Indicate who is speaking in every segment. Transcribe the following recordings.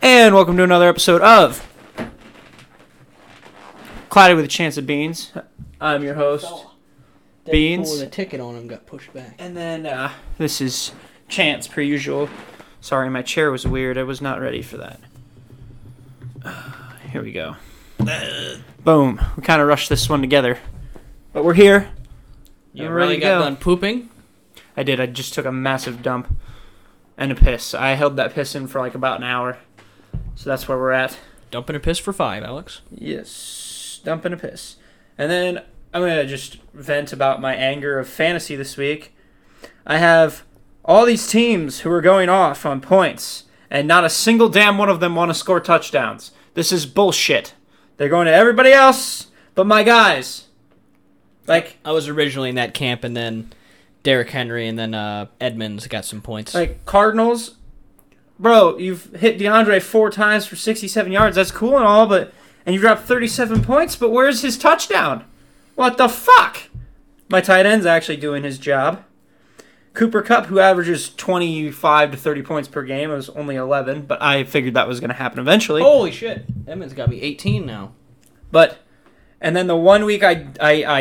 Speaker 1: And welcome to another episode of Cloudy with a Chance of Beans. I'm your host.
Speaker 2: That
Speaker 1: Beans.
Speaker 2: fool with a ticket on him got pushed back.
Speaker 1: And then uh, this is Chance, per usual. Sorry, my chair was weird. I was not ready for that. Uh, here we go. Uh. Boom. We kind of rushed this one together. But we're here.
Speaker 3: You
Speaker 1: I'm
Speaker 3: really
Speaker 1: ready to
Speaker 3: got
Speaker 1: go.
Speaker 3: done pooping?
Speaker 1: I did. I just took a massive dump and a piss. I held that piss in for like about an hour. So that's where we're at.
Speaker 3: Dumping a piss for five, Alex.
Speaker 1: Yes, dump and a piss. And then I'm gonna just vent about my anger of fantasy this week. I have all these teams who are going off on points, and not a single damn one of them want to score touchdowns. This is bullshit. They're going to everybody else but my guys. Like,
Speaker 3: I was originally in that camp, and then Derrick Henry, and then uh, Edmonds got some points.
Speaker 1: like Cardinals, bro, you've hit DeAndre four times for 67 yards. That's cool and all, but and you dropped 37 points. But where's his touchdown? What the fuck? My tight end's actually doing his job. Cooper Cup, who averages 25 to 30 points per game, it was only 11, but I figured that was going to happen eventually.
Speaker 3: Holy shit! Edmonds got me 18 now.
Speaker 1: But and then the one week I I I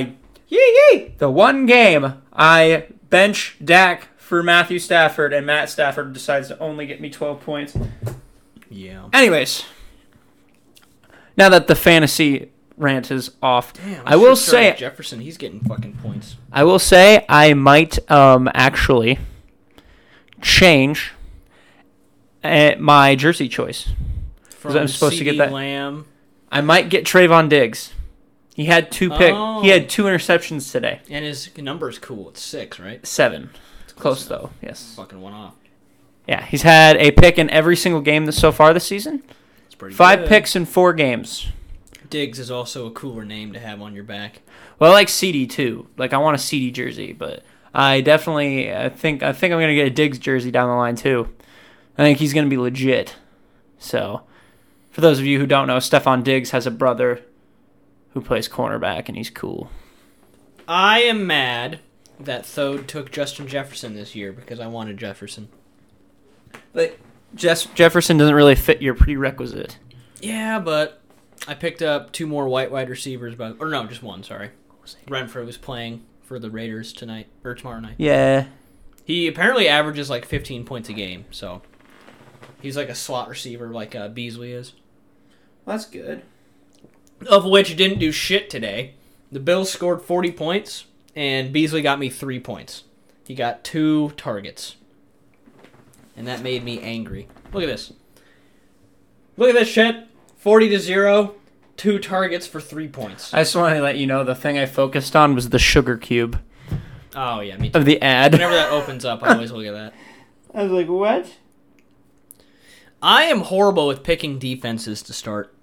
Speaker 1: yee yee the one game I bench Dak for Matthew Stafford and Matt Stafford decides to only get me 12 points.
Speaker 3: Yeah.
Speaker 1: Anyways, now that the fantasy rant is off,
Speaker 3: Damn,
Speaker 1: I will
Speaker 3: should've started
Speaker 1: say
Speaker 3: Jefferson, he's getting fucking points.
Speaker 1: I will say I might um actually change uh, my jersey choice.
Speaker 3: From
Speaker 1: I'm supposed to get
Speaker 3: CD
Speaker 1: that-
Speaker 3: Lamb.
Speaker 1: I might get Trayvon Diggs. He had two pick.
Speaker 3: Oh.
Speaker 1: He had two interceptions today.
Speaker 3: And his number's cool. It's six, right?
Speaker 1: Seven.
Speaker 3: It's
Speaker 1: Close
Speaker 3: enough.
Speaker 1: though. Yes.
Speaker 3: Fucking one off.
Speaker 1: Yeah, he's had a pick in every single game this, so far this season.
Speaker 3: It's pretty
Speaker 1: Five
Speaker 3: good.
Speaker 1: picks in four games.
Speaker 3: Diggs is also a cooler name to have on your back.
Speaker 1: Well, I like CD too. Like I want a CD jersey, but I definitely I think I think I'm gonna get a Diggs jersey down the line too. I think he's gonna be legit. So, for those of you who don't know, Stefan Diggs has a brother who plays cornerback, and he's cool.
Speaker 3: I am mad that Thode took Justin Jefferson this year because I wanted Jefferson.
Speaker 1: But Jess Jefferson doesn't really fit your prerequisite.
Speaker 3: Yeah, but I picked up two more white wide receivers, but or no, just one. Sorry, Renfro was playing for the Raiders tonight or tomorrow night.
Speaker 1: Yeah,
Speaker 3: He apparently averages like 15 points a game, so he's like a slot receiver, like uh, Beasley is.
Speaker 1: that's good.
Speaker 3: Of which didn't do shit today. The Bills scored 40 points, and Beasley got me three points. He got two targets, and that made me angry. Look at this. Look at this shit. 40 to zero. Two targets for three points.
Speaker 1: I just want to let you know the thing I focused on was the sugar cube
Speaker 3: Oh yeah, me too.
Speaker 1: of the ad.
Speaker 3: Whenever that opens up, I always look at that.
Speaker 1: I was like, what?
Speaker 3: I am horrible with picking defenses to start.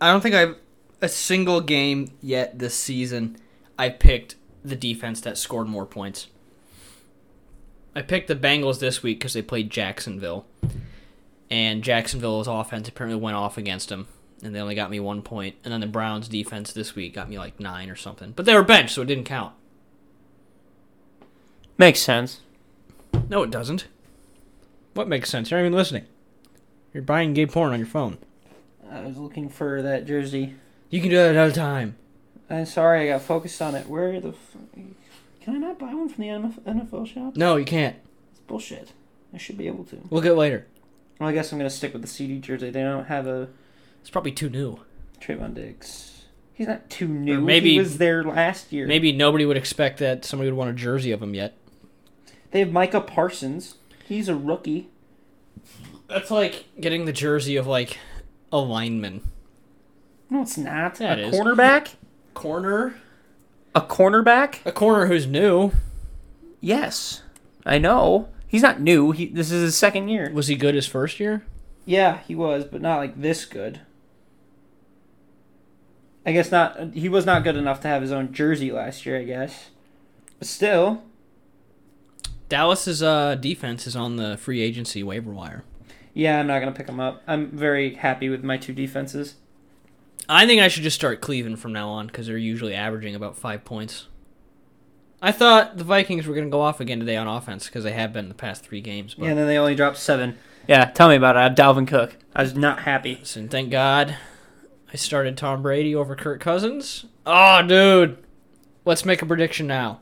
Speaker 3: I don't think I've a single game yet this season I picked the defense that scored more points. I picked the Bengals this week because they played Jacksonville, and Jacksonville's offense apparently went off against them, and they only got me one point. And then the Browns' defense this week got me like nine or something, but they were benched, so it didn't count.
Speaker 1: Makes sense.
Speaker 3: No, it doesn't. What makes sense? You're not even listening. You're buying gay porn on your phone.
Speaker 1: I was looking for that jersey.
Speaker 3: You can do that another time.
Speaker 1: I'm sorry, I got focused on it. Where the f- can I not buy one from the NFL shop?
Speaker 3: No, you can't.
Speaker 1: It's bullshit. I should be able to.
Speaker 3: We'll get later.
Speaker 1: Well, I guess I'm gonna stick with the CD jersey. They don't have a
Speaker 3: It's probably too new.
Speaker 1: Trayvon Diggs. He's not too new.
Speaker 3: maybe-
Speaker 1: he was there last year.
Speaker 3: Maybe nobody would expect that somebody would want a jersey of him yet.
Speaker 1: they have Micah Parsons. He's a rookie.
Speaker 3: That's like getting the jersey of like a lineman.
Speaker 1: No, it's not.
Speaker 3: Yeah,
Speaker 1: a
Speaker 3: it is.
Speaker 1: cornerback.
Speaker 3: Corner?
Speaker 1: A cornerback.
Speaker 3: A corner who's new.
Speaker 1: Yes, I know. He's not new. He, this is his second year.
Speaker 3: Was he good his first year?
Speaker 1: Yeah, he was, but not like this good. I guess not. He was not good enough to have his own jersey last year. I guess, but still,
Speaker 3: Dallas's uh, defense is on the free agency waiver wire.
Speaker 1: yeah, I'm not gonna pick him up. I'm very happy with my two defenses.
Speaker 3: I think I should just start Cleveland from now on because they're usually averaging about five points. I thought the Vikings were going to go off again today on offense because they have been the past three games. But
Speaker 1: Yeah, and then they only dropped seven. Yeah, tell me about it. I have Dalvin Cook. I was not happy.
Speaker 3: So thank God I started Tom Brady over Kirk Cousins. Oh, dude. Let's make a prediction now.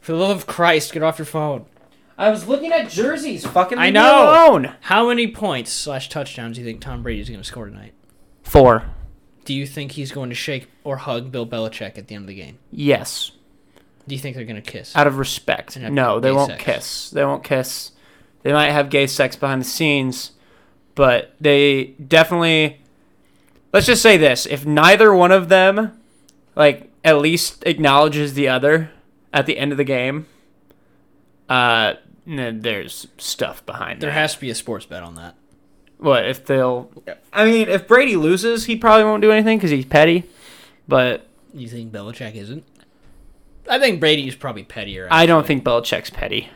Speaker 3: For the love of Christ, get off your phone.
Speaker 1: I was looking at jerseys. Fucking
Speaker 3: I
Speaker 1: leave me
Speaker 3: know.
Speaker 1: alone.
Speaker 3: How many points slash touchdowns do you think Tom Brady's going to score tonight?
Speaker 1: Four.
Speaker 3: Do you think he's going to shake or hug Bill Belichick at the end of the game?
Speaker 1: Yes.
Speaker 3: Do you think they're going to kiss?
Speaker 1: Out of respect.
Speaker 3: And have
Speaker 1: No, they
Speaker 3: gay
Speaker 1: won't
Speaker 3: sex.
Speaker 1: kiss. They won't kiss. They might have gay sex behind the scenes, but they definitely. Let's just say this: if neither one of them, like, at least acknowledges the other at the end of the game, uh, n- there's stuff behind
Speaker 3: There
Speaker 1: that.
Speaker 3: has to be a sports bet on that.
Speaker 1: What if they'll? I mean, if Brady loses, he probably won't do anything because he's petty. But
Speaker 3: You think Belichick isn't? I think Brady's probably pettier.
Speaker 1: I don't think Belichick's petty.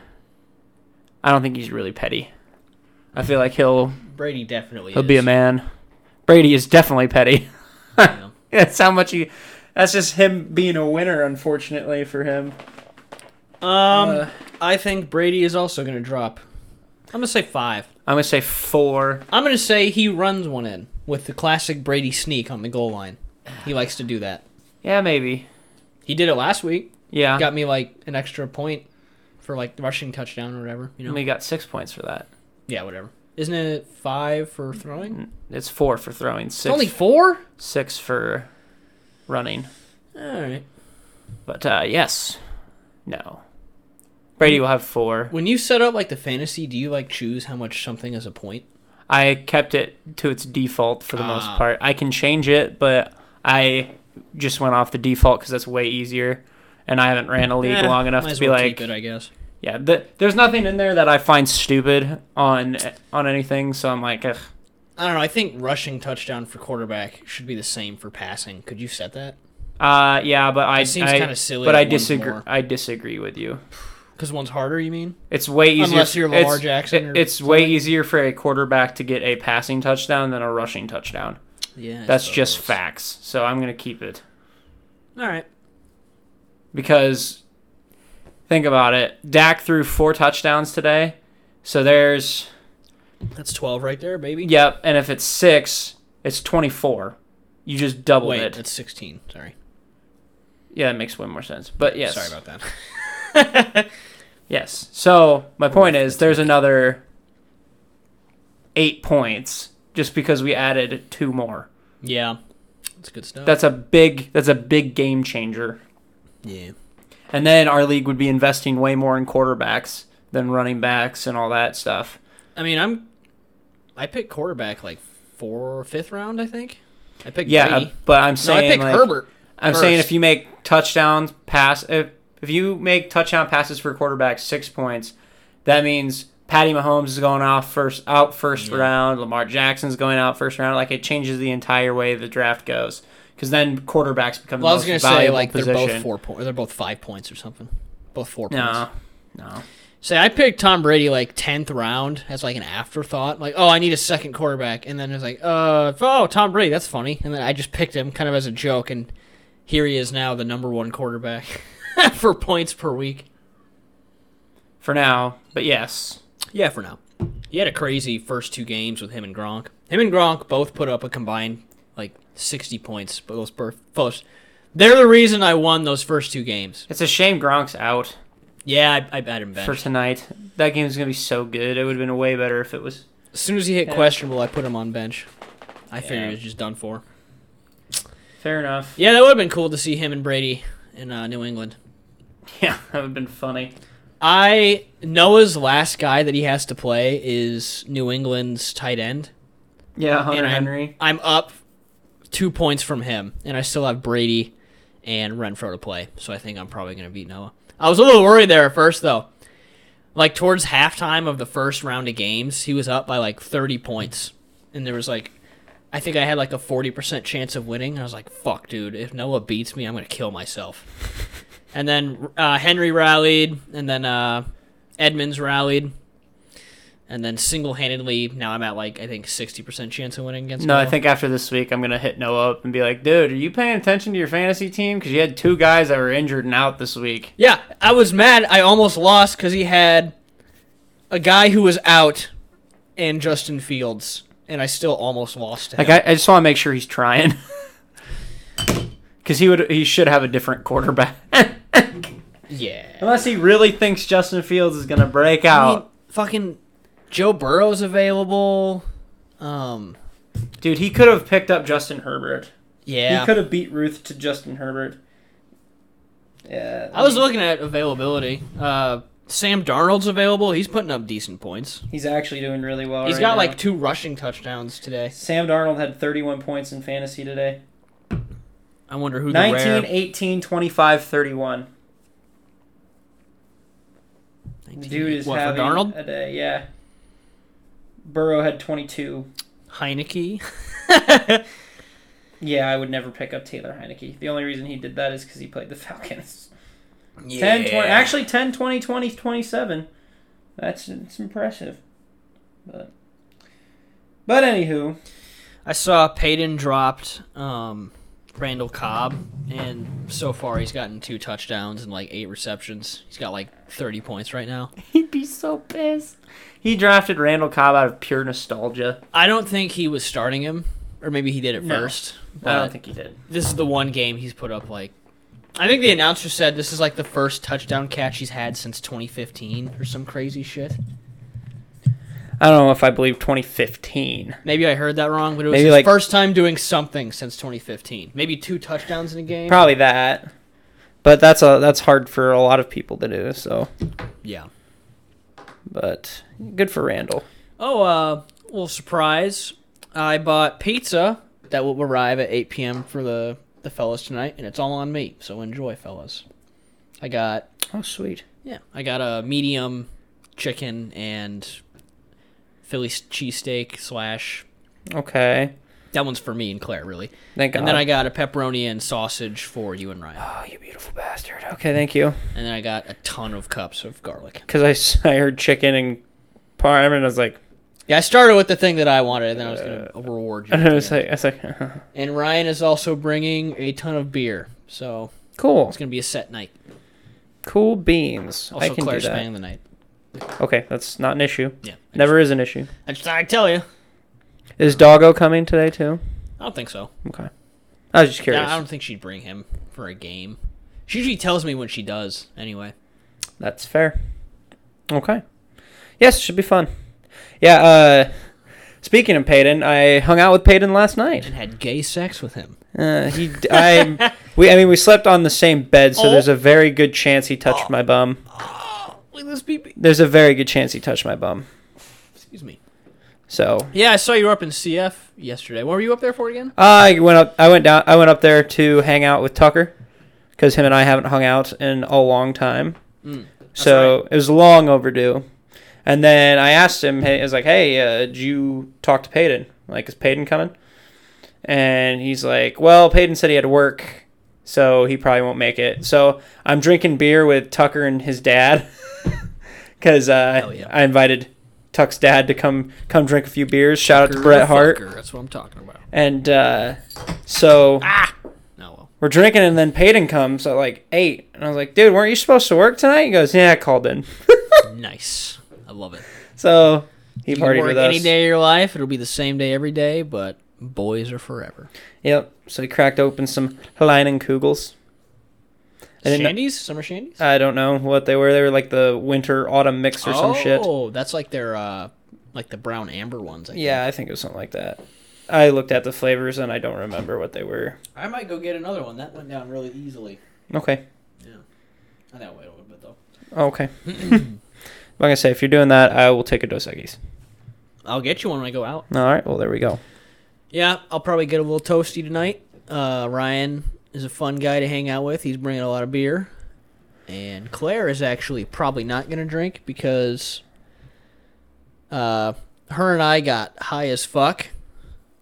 Speaker 1: I don't think he's really petty. I feel like he'll
Speaker 3: Brady definitely
Speaker 1: he'll
Speaker 3: is.
Speaker 1: be a man. Brady is definitely petty.
Speaker 3: you know?
Speaker 1: that's how much he. That's just him being a winner, unfortunately for him.
Speaker 3: Um,
Speaker 1: Uh,
Speaker 3: I think Brady is also going to drop. I'm going to say five.
Speaker 1: I'm gonna say four.
Speaker 3: I'm going to say he runs one in with the classic Brady sneak on the goal line. He likes to do that.
Speaker 1: Yeah, maybe.
Speaker 3: He did it last week.
Speaker 1: Yeah,
Speaker 3: Got me like an extra point for like rushing touchdown or whatever. You know.
Speaker 1: we got six points for that.
Speaker 3: Yeah, whatever. Isn't it five for throwing?
Speaker 1: It's four for throwing,
Speaker 3: It's
Speaker 1: six
Speaker 3: only four.
Speaker 1: six for running.
Speaker 3: All right.
Speaker 1: But uh, yes, no. Brady will have four.
Speaker 3: When you set up like the fantasy, do you like choose how much something is a point?
Speaker 1: I kept it to its default for the most
Speaker 3: Ah.
Speaker 1: part. I can change it, but I just went off the default because that's way easier. And I haven't ran a league
Speaker 3: Eh,
Speaker 1: long enough
Speaker 3: might
Speaker 1: to
Speaker 3: as
Speaker 1: be
Speaker 3: well
Speaker 1: like,
Speaker 3: keep it, I guess.
Speaker 1: yeah, th- there's nothing in there that I find stupid on on anything. So I'm like, Ugh.
Speaker 3: I don't know. I think rushing touchdown for quarterback should be the same for passing. Could you set that?
Speaker 1: uh, yeah, but I
Speaker 3: It seems
Speaker 1: I-
Speaker 3: kinda silly
Speaker 1: But
Speaker 3: that
Speaker 1: I
Speaker 3: one's
Speaker 1: disagree.
Speaker 3: more.
Speaker 1: I disagree with you.
Speaker 3: Because one's harder, you mean?
Speaker 1: It's way easier.
Speaker 3: Unless you're Lamar
Speaker 1: it's,
Speaker 3: Jackson
Speaker 1: it-
Speaker 3: or
Speaker 1: it's way easier for a quarterback to get a passing touchdown than a rushing touchdown.
Speaker 3: Yeah.
Speaker 1: That's just facts. So I'm gonna keep it.
Speaker 3: All right.
Speaker 1: because think about it. Dak threw four touchdowns today. So there's
Speaker 3: That's 12 right there, baby.
Speaker 1: yep, and if it's 6, it's 24. You just doubled
Speaker 3: Wait,
Speaker 1: it.
Speaker 3: that's 16. Sorry.
Speaker 1: Yeah, that makes way more sense. But yes.
Speaker 3: Sorry about that.
Speaker 1: yes. So, my point is there's another 8 points just because we added two more.
Speaker 3: yeah. That's good stuff.
Speaker 1: That's a big that's a big game changer.
Speaker 3: yeah.
Speaker 1: And then our league would be investing way more in quarterbacks than running backs and all that stuff.
Speaker 3: I mean, I'm. I picked quarterback like four or fifth round, I think. I picked
Speaker 1: Yeah,
Speaker 3: Brady.
Speaker 1: but I'm
Speaker 3: No, I
Speaker 1: saying
Speaker 3: picked
Speaker 1: like,
Speaker 3: Herbert.
Speaker 1: I'm
Speaker 3: first.
Speaker 1: saying if you make touchdowns pass if if you make touchdown passes for quarterbacks six points, that means Patty Mahomes is going off first out first
Speaker 3: Yeah.
Speaker 1: round, Lamar Jackson's going out first round. Like it changes the entire way the draft goes because then quarterbacks become
Speaker 3: Well, I
Speaker 1: the most
Speaker 3: was gonna say
Speaker 1: valuable
Speaker 3: like
Speaker 1: position.
Speaker 3: they're both four points. They're both five points or something. Both four points.
Speaker 1: No, no.
Speaker 3: Say I picked Tom Brady like tenth round as like an afterthought, like oh I need a second quarterback, and then it's like uh oh Tom Brady that's funny, and then I just picked him kind of as a joke, and here he is now the number one quarterback for points per week.
Speaker 1: For now, but yes,
Speaker 3: Yeah, for now. He had a crazy first two games with him and Gronk. Him and Gronk both put up a combined like sixty points, but those per- first. They're the reason I won those first two games.
Speaker 1: it's a shame Gronk's out
Speaker 3: Yeah, I, I had him benched.
Speaker 1: for tonight. That game's gonna be so good. It would have been way better if it was.
Speaker 3: As soon as he hit
Speaker 1: Yeah.
Speaker 3: questionable, I put him on bench. I figured
Speaker 1: Yeah.
Speaker 3: he was just done for.
Speaker 1: Fair enough.
Speaker 3: Yeah, that would have been cool to see him and Brady in uh, New England.
Speaker 1: Yeah, that would have been funny.
Speaker 3: I Noah's last guy that he has to play is New England's tight end.
Speaker 1: Yeah, Hunter
Speaker 3: and I'm,
Speaker 1: Henry.
Speaker 3: I'm up two points from him, and I still have Brady and Renfro to play. So I think I'm probably going to beat Noah. I was a little worried there at first, though. Like towards halftime of the first round of games, he was up by like 30 points, and there was like, I think I had like a 40% chance of winning. And I was like, "Fuck, dude! If Noah beats me, I'm going to kill myself." and then uh, Henry rallied, and then uh, Edmonds rallied. And then single-handedly, now I'm at like I think sixty percent chance of winning against.
Speaker 1: No, I
Speaker 3: Noah.
Speaker 1: think after this week, I'm gonna hit Noah up and be like, "Dude, are you paying attention to your fantasy team? Because you had two guys that were injured and out this week."
Speaker 3: Yeah, I was mad. I almost lost because he had a guy who was out and Justin Fields, and I still almost lost to him.
Speaker 1: Like I, I just want to make sure he's trying, because he would he should have a different quarterback.
Speaker 3: yeah.
Speaker 1: Unless he really thinks Justin Fields is gonna break
Speaker 3: I mean,
Speaker 1: out,
Speaker 3: fucking Joe Burrow's available. Um,
Speaker 1: dude. He could have picked up Justin Herbert. He
Speaker 3: yeah.
Speaker 1: could have beat Ruth to Justin Herbert. Yeah.
Speaker 3: I was looking at availability. Uh, Sam Darnold's available. He's putting up decent points.
Speaker 1: He's actually doing really well.
Speaker 3: He's
Speaker 1: right
Speaker 3: got
Speaker 1: now.
Speaker 3: like two rushing touchdowns today.
Speaker 1: Sam Darnold had 31 points in fantasy today.
Speaker 3: I wonder who the
Speaker 1: 19,
Speaker 3: rare
Speaker 1: 18, 25, 31. Dude is
Speaker 3: what, for
Speaker 1: having
Speaker 3: Darnold?
Speaker 1: a day. Yeah. Burrow had 22.
Speaker 3: Heineke.
Speaker 1: Yeah, I would never pick up Taylor Heineke. The only reason he did that is because he played the Falcons.
Speaker 3: yeah.
Speaker 1: 10, 20, actually 10, 20, 20, 27. That's it's impressive. But, but anywho,
Speaker 3: I saw Peyton dropped um, Randall Cobb, and so far he's gotten two touchdowns and like eight receptions. He's got like 30 points right now.
Speaker 1: he'd be so pissed. He drafted Randall Cobb out of pure nostalgia.
Speaker 3: I don't think he was starting him, or maybe he did at
Speaker 1: No.
Speaker 3: first.
Speaker 1: I
Speaker 3: But
Speaker 1: don't think he did.
Speaker 3: this is the one game he's put up like. I think the announcer said this is like the first touchdown catch he's had since 2015 or some crazy shit.
Speaker 1: I don't know if I believe 2015.
Speaker 3: Maybe I heard that wrong, but it was
Speaker 1: Maybe,
Speaker 3: his
Speaker 1: like-
Speaker 3: first time doing something since 2015. Maybe two touchdowns in a game.
Speaker 1: Probably that. But that's a that's hard for a lot of people to do. So,
Speaker 3: yeah.
Speaker 1: but good for Randall.
Speaker 3: Oh, uh, little surprise! I bought pizza that will arrive at 8 p.m. for the the fellas tonight, and it's all on me. So enjoy, fellas. I got
Speaker 1: Oh, sweet.
Speaker 3: yeah, I got a medium chicken and Philly s- cheesesteak slash.
Speaker 1: Okay.
Speaker 3: That one's for me and Claire, really.
Speaker 1: Thank God.
Speaker 3: And then I got a pepperoni and sausage for you and Ryan.
Speaker 1: Oh, you beautiful bastard. Okay, thank you.
Speaker 3: And then I got a ton of cups of garlic.
Speaker 1: Because I, s- I heard chicken and parm, and I was like,
Speaker 3: Yeah, I started with the thing that I wanted, and then I was gonna reward you.
Speaker 1: Uh, I
Speaker 3: at the
Speaker 1: was
Speaker 3: end.
Speaker 1: like, I was like,
Speaker 3: And Ryan is also bringing a ton of beer, so
Speaker 1: cool,
Speaker 3: it's gonna be a set night.
Speaker 1: cool beans.
Speaker 3: Also,
Speaker 1: I can
Speaker 3: Claire's
Speaker 1: do that.
Speaker 3: spending the night.
Speaker 1: Okay, that's not an issue.
Speaker 3: Yeah.
Speaker 1: Never is an issue.
Speaker 3: I just thought I'd tell you.
Speaker 1: Is Doggo coming today too?
Speaker 3: I don't think so.
Speaker 1: Okay. I was just curious.
Speaker 3: I don't think she'd bring him for a game. She usually tells me when she does, anyway.
Speaker 1: That's fair. Okay. Yes, should be fun. Yeah, uh speaking of Peyton, I hung out with Peyton last night.
Speaker 3: And had gay sex with him.
Speaker 1: Uh, he I we I mean we slept on the same bed, so
Speaker 3: Oh.
Speaker 1: there's a very good chance he touched my bum.
Speaker 3: Oh, look at this BB.
Speaker 1: There's a very good chance he touched my bum.
Speaker 3: Excuse me.
Speaker 1: So
Speaker 3: Yeah, I saw you were up in CF yesterday. What were you up there for again?
Speaker 1: I went up I went down I went up there to hang out with Tucker cuz him and I haven't hung out in a long time.
Speaker 3: Mm,
Speaker 1: Hmm. so it was long overdue. And then I asked him, hey, I was like, hey, uh, did you talk to Peyton? Like, is Peyton coming? And he's like, well, Peyton said he had to work, so he probably won't make it. So I'm drinking beer with Tucker and his dad because uh,
Speaker 3: Hell yeah.
Speaker 1: I invited Tuck's dad to come come drink a few beers. Shout out to Bret Hart.
Speaker 3: Fucker, That's what I'm talking about.
Speaker 1: And uh, so
Speaker 3: No, well.
Speaker 1: we're drinking, and then Peyton comes at like 8. And I was like, dude, weren't you supposed to work tonight? He goes, yeah, I called in.
Speaker 3: nice. I love it.
Speaker 1: So he
Speaker 3: You can
Speaker 1: partied
Speaker 3: work
Speaker 1: with us.
Speaker 3: any day of your life. It'll be the same day every day, but boys are forever.
Speaker 1: Yep. So he cracked open some Hellinen Kugels. I didn't know-
Speaker 3: Shandies? Summer shandies?
Speaker 1: I don't know what they were. They were like the winter autumn mix or some shit.
Speaker 3: Oh, that's like their uh like the brown amber ones. I
Speaker 1: Yeah, I think it was something like that. I looked at the flavors and I don't remember what they were.
Speaker 3: think. I might go get another one. That went down really easily.
Speaker 1: Okay.
Speaker 3: I know wait a little bit though.
Speaker 1: Okay. like I say, if you're doing that, I will take a Dos Equis.
Speaker 3: I'll get you one when I go out.
Speaker 1: All right. Well, there we go.
Speaker 3: Yeah, I'll probably get a little toasty tonight. Uh, Ryan is a fun guy to hang out with. He's bringing a lot of beer, and Claire is actually probably not gonna drink because uh, her and I got high as fuck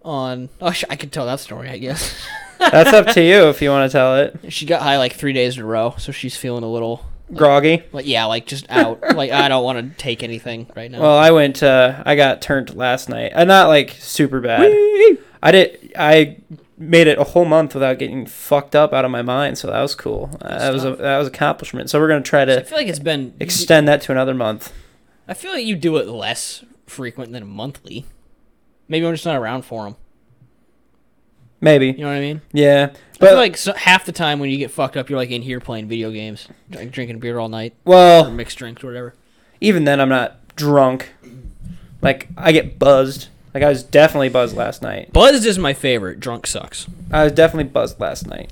Speaker 3: on. Oh, sh- I could tell that story. I guess.
Speaker 1: That's up to you if you want to tell it.
Speaker 3: She got high like three days in a row, so she's feeling a little
Speaker 1: Groggy.
Speaker 3: like yeah, like just out. like I don't want to take anything right now.
Speaker 1: Well, I went. Uh, I got turned last night. Uh, not like super bad. I did. I made it a whole month without getting fucked up out of my mind. So that was cool. Uh, that was a,
Speaker 3: stuff.
Speaker 1: that was accomplishment. So we're gonna try
Speaker 3: I
Speaker 1: to
Speaker 3: feel like it's been.
Speaker 1: extend that to another month.
Speaker 3: I feel like you do it less frequent than a monthly. Maybe I'm just not around for them.
Speaker 1: Maybe.
Speaker 3: You know what I mean?
Speaker 1: Yeah.
Speaker 3: I
Speaker 1: But
Speaker 3: feel like so, half the time when you get fucked up, you're like in here playing video games, like drinking beer all night or
Speaker 1: well,
Speaker 3: mixed drinks or whatever.
Speaker 1: even then I'm not drunk. Like I get buzzed. Like I was definitely buzzed last night.
Speaker 3: Buzzed is my favorite. Drunk sucks.
Speaker 1: I was definitely buzzed last night.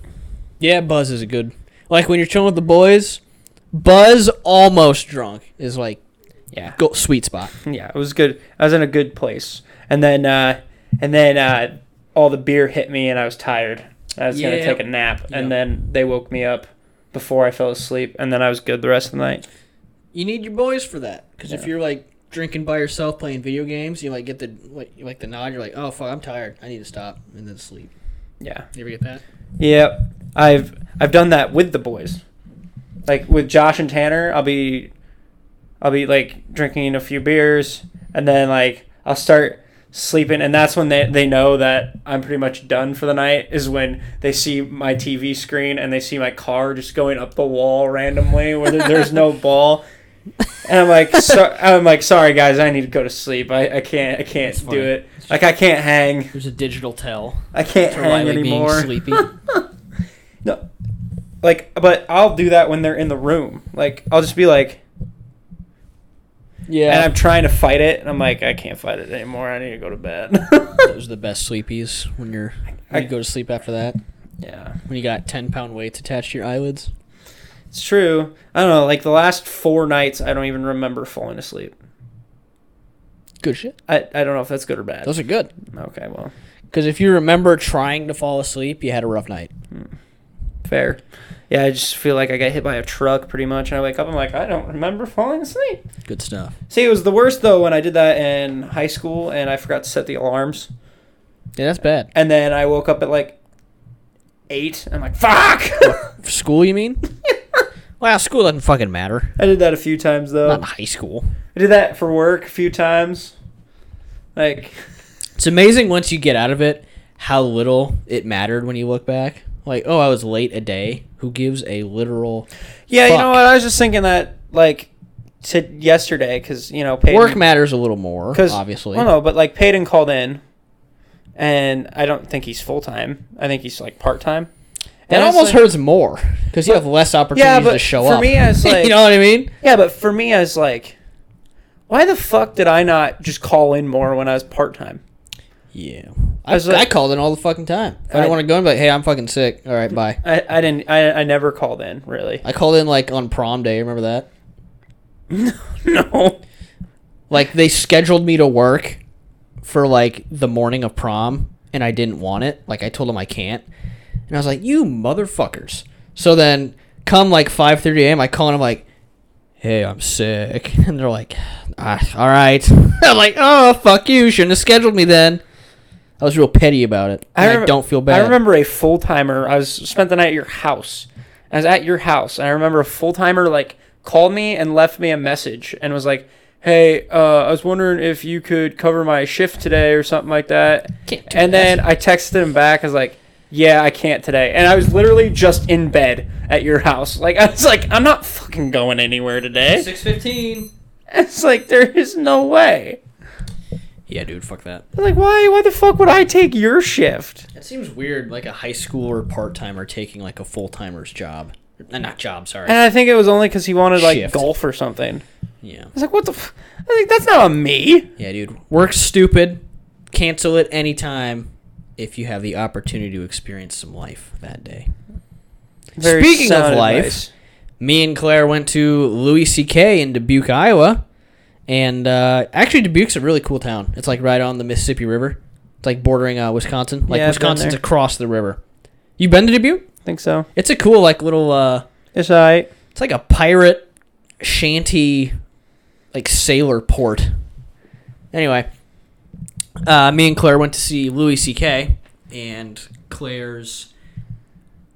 Speaker 3: Yeah, buzz is a good. Like when you're chilling with the boys, buzz almost drunk is like
Speaker 1: Yeah.
Speaker 3: go sweet spot.
Speaker 1: Yeah, it was good. I was in a good place. And then uh and then uh all the beer hit me and I was tired. I was
Speaker 4: Yeah.
Speaker 1: gonna take a nap
Speaker 4: Yep.
Speaker 1: and then they woke me up before I fell asleep and then I was good the rest of the night.
Speaker 3: You need your boys for that because if
Speaker 1: Yeah.
Speaker 3: you're like drinking by yourself playing video games, you like get the like, you like the nod. You're like, oh fuck, I'm tired. I need to stop and then sleep.
Speaker 1: Yeah.
Speaker 3: You ever get that?
Speaker 1: Yep. I've I've done that with the boys. Like with Josh and Tanner, I'll be I'll be like drinking a few beers and then like I'll start sleeping and that's when they, they know that I'm pretty much done for the night is when they see my TV screen and they see my car just going up the wall randomly where there- there's no ball. And I'm like so, I'm like sorry guys, I need to go to sleep. I, I can't I can't
Speaker 4: That's
Speaker 1: do
Speaker 4: funny.
Speaker 1: it. Like I can't hang.
Speaker 4: There's a digital tell
Speaker 1: I can't
Speaker 4: for
Speaker 1: hang
Speaker 4: Riley being
Speaker 1: anymore.
Speaker 4: sleepy.
Speaker 1: like but i'll do that when they're in the room like i'll just be like and i'm trying to fight it and i'm like i can't fight it anymore i need to go to bed
Speaker 3: those are the best sleepies when you're
Speaker 1: I-
Speaker 3: when you go to sleep after that
Speaker 1: yeah
Speaker 3: when you got ten pound weights attached to your eyelids.
Speaker 1: it's true i don't know like the last four nights i don't even remember falling asleep
Speaker 3: Good shit.
Speaker 1: i, I don't know if that's good or bad
Speaker 3: Those are good
Speaker 1: okay well
Speaker 3: because if you remember trying to fall asleep, you had a rough night.
Speaker 1: hmm. fair yeah i just feel like i got hit by a truck pretty much and i wake up i'm like i don't remember falling asleep
Speaker 3: Good stuff.
Speaker 1: see it was the worst though when i did that in high school and i forgot to set the alarms
Speaker 3: Yeah, that's bad.
Speaker 1: and then i woke up at like eight i'm like fuck
Speaker 3: School, you mean? well, school doesn't fucking matter.
Speaker 1: I did that a few times though.
Speaker 3: Not in high school.
Speaker 1: I did that for work a few times. Like,
Speaker 3: It's amazing once you get out of it how little it mattered when you look back. Like, oh, I was late a day. Who gives a literal
Speaker 1: yeah, you know
Speaker 3: Fuck.
Speaker 1: what? I was just thinking that like to yesterday because you know Peyton,
Speaker 3: work matters a little more?
Speaker 1: 'cause-
Speaker 3: Obviously,
Speaker 1: Well, no, but like Peyton called in, and I don't think he's full time. I think he's like part time.
Speaker 3: that almost hurts more because you
Speaker 1: But-
Speaker 3: have less opportunities
Speaker 1: Yeah, but
Speaker 3: to show
Speaker 1: for
Speaker 3: up.
Speaker 1: me, it's like
Speaker 3: you know what I mean?
Speaker 1: yeah, but for me, I was like, why the fuck did I not just call in more when I was part time?
Speaker 3: Yeah,
Speaker 1: I
Speaker 3: I,
Speaker 1: was like-
Speaker 3: I called in all the fucking time. If I,
Speaker 1: I-
Speaker 3: don't want to go in, but hey, I'm fucking sick. All right, bye.
Speaker 1: I, I didn't. I, I never called in really.
Speaker 3: I called in like on prom day. Remember that?
Speaker 1: no.
Speaker 3: Like they scheduled me to work for like the morning of prom, and I didn't want it. Like I told them I can't, and I was like, "You motherfuckers!" So then, come like 5:30 a.m., I call and I'm like, "Hey, I'm sick," and they're like, ah, "All right." I'm like, "Oh fuck you! Shouldn't have scheduled me then." I was real petty about it.
Speaker 1: I
Speaker 3: and I,
Speaker 1: remem-
Speaker 3: don't feel bad.
Speaker 1: I remember a full timer. I was spent the night at your house. I was at your house, and I remember a full timer like called me and left me a message and was like, "Hey, uh, I was wondering if you could cover my shift today or something like that."
Speaker 3: Can't do
Speaker 1: And
Speaker 3: that.
Speaker 1: then I texted him back. I was like, "Yeah, I can't today." And I was literally just in bed at your house. Like I was like, "I'm not fucking going anywhere today."
Speaker 4: Six fifteen.
Speaker 1: It's like there is no way.
Speaker 3: Yeah, dude, fuck that.
Speaker 1: Like why? Why the fuck would I take your shift?
Speaker 3: That seems weird, like a high schooler part timer taking like a full timer's job. Uh, Not job, sorry.
Speaker 1: And I think it was only because he wanted like
Speaker 3: Shift.
Speaker 1: golf or something.
Speaker 3: Yeah.
Speaker 1: I was like, what the? F-? I was like, that's not on me.
Speaker 3: Yeah, dude. Work stupid. Cancel it anytime if you have the opportunity to experience some life that day.
Speaker 1: Very
Speaker 3: Speaking of
Speaker 1: sound
Speaker 3: life,
Speaker 1: advice.
Speaker 3: Me and Claire went to Louis C.K. in Dubuque, Iowa. And uh, actually, Dubuque's a really cool town. It's like right on the Mississippi River. It's like bordering uh, Wisconsin. Like
Speaker 1: Yeah, I've been
Speaker 3: Wisconsin's
Speaker 1: there.
Speaker 3: across the river. You been to Dubuque?
Speaker 1: I think so.
Speaker 3: It's a cool like little uh,
Speaker 1: It's alright.
Speaker 3: It's like a pirate shanty, like sailor port. Anyway, uh, me and Claire went to see Louis C.K. and Claire's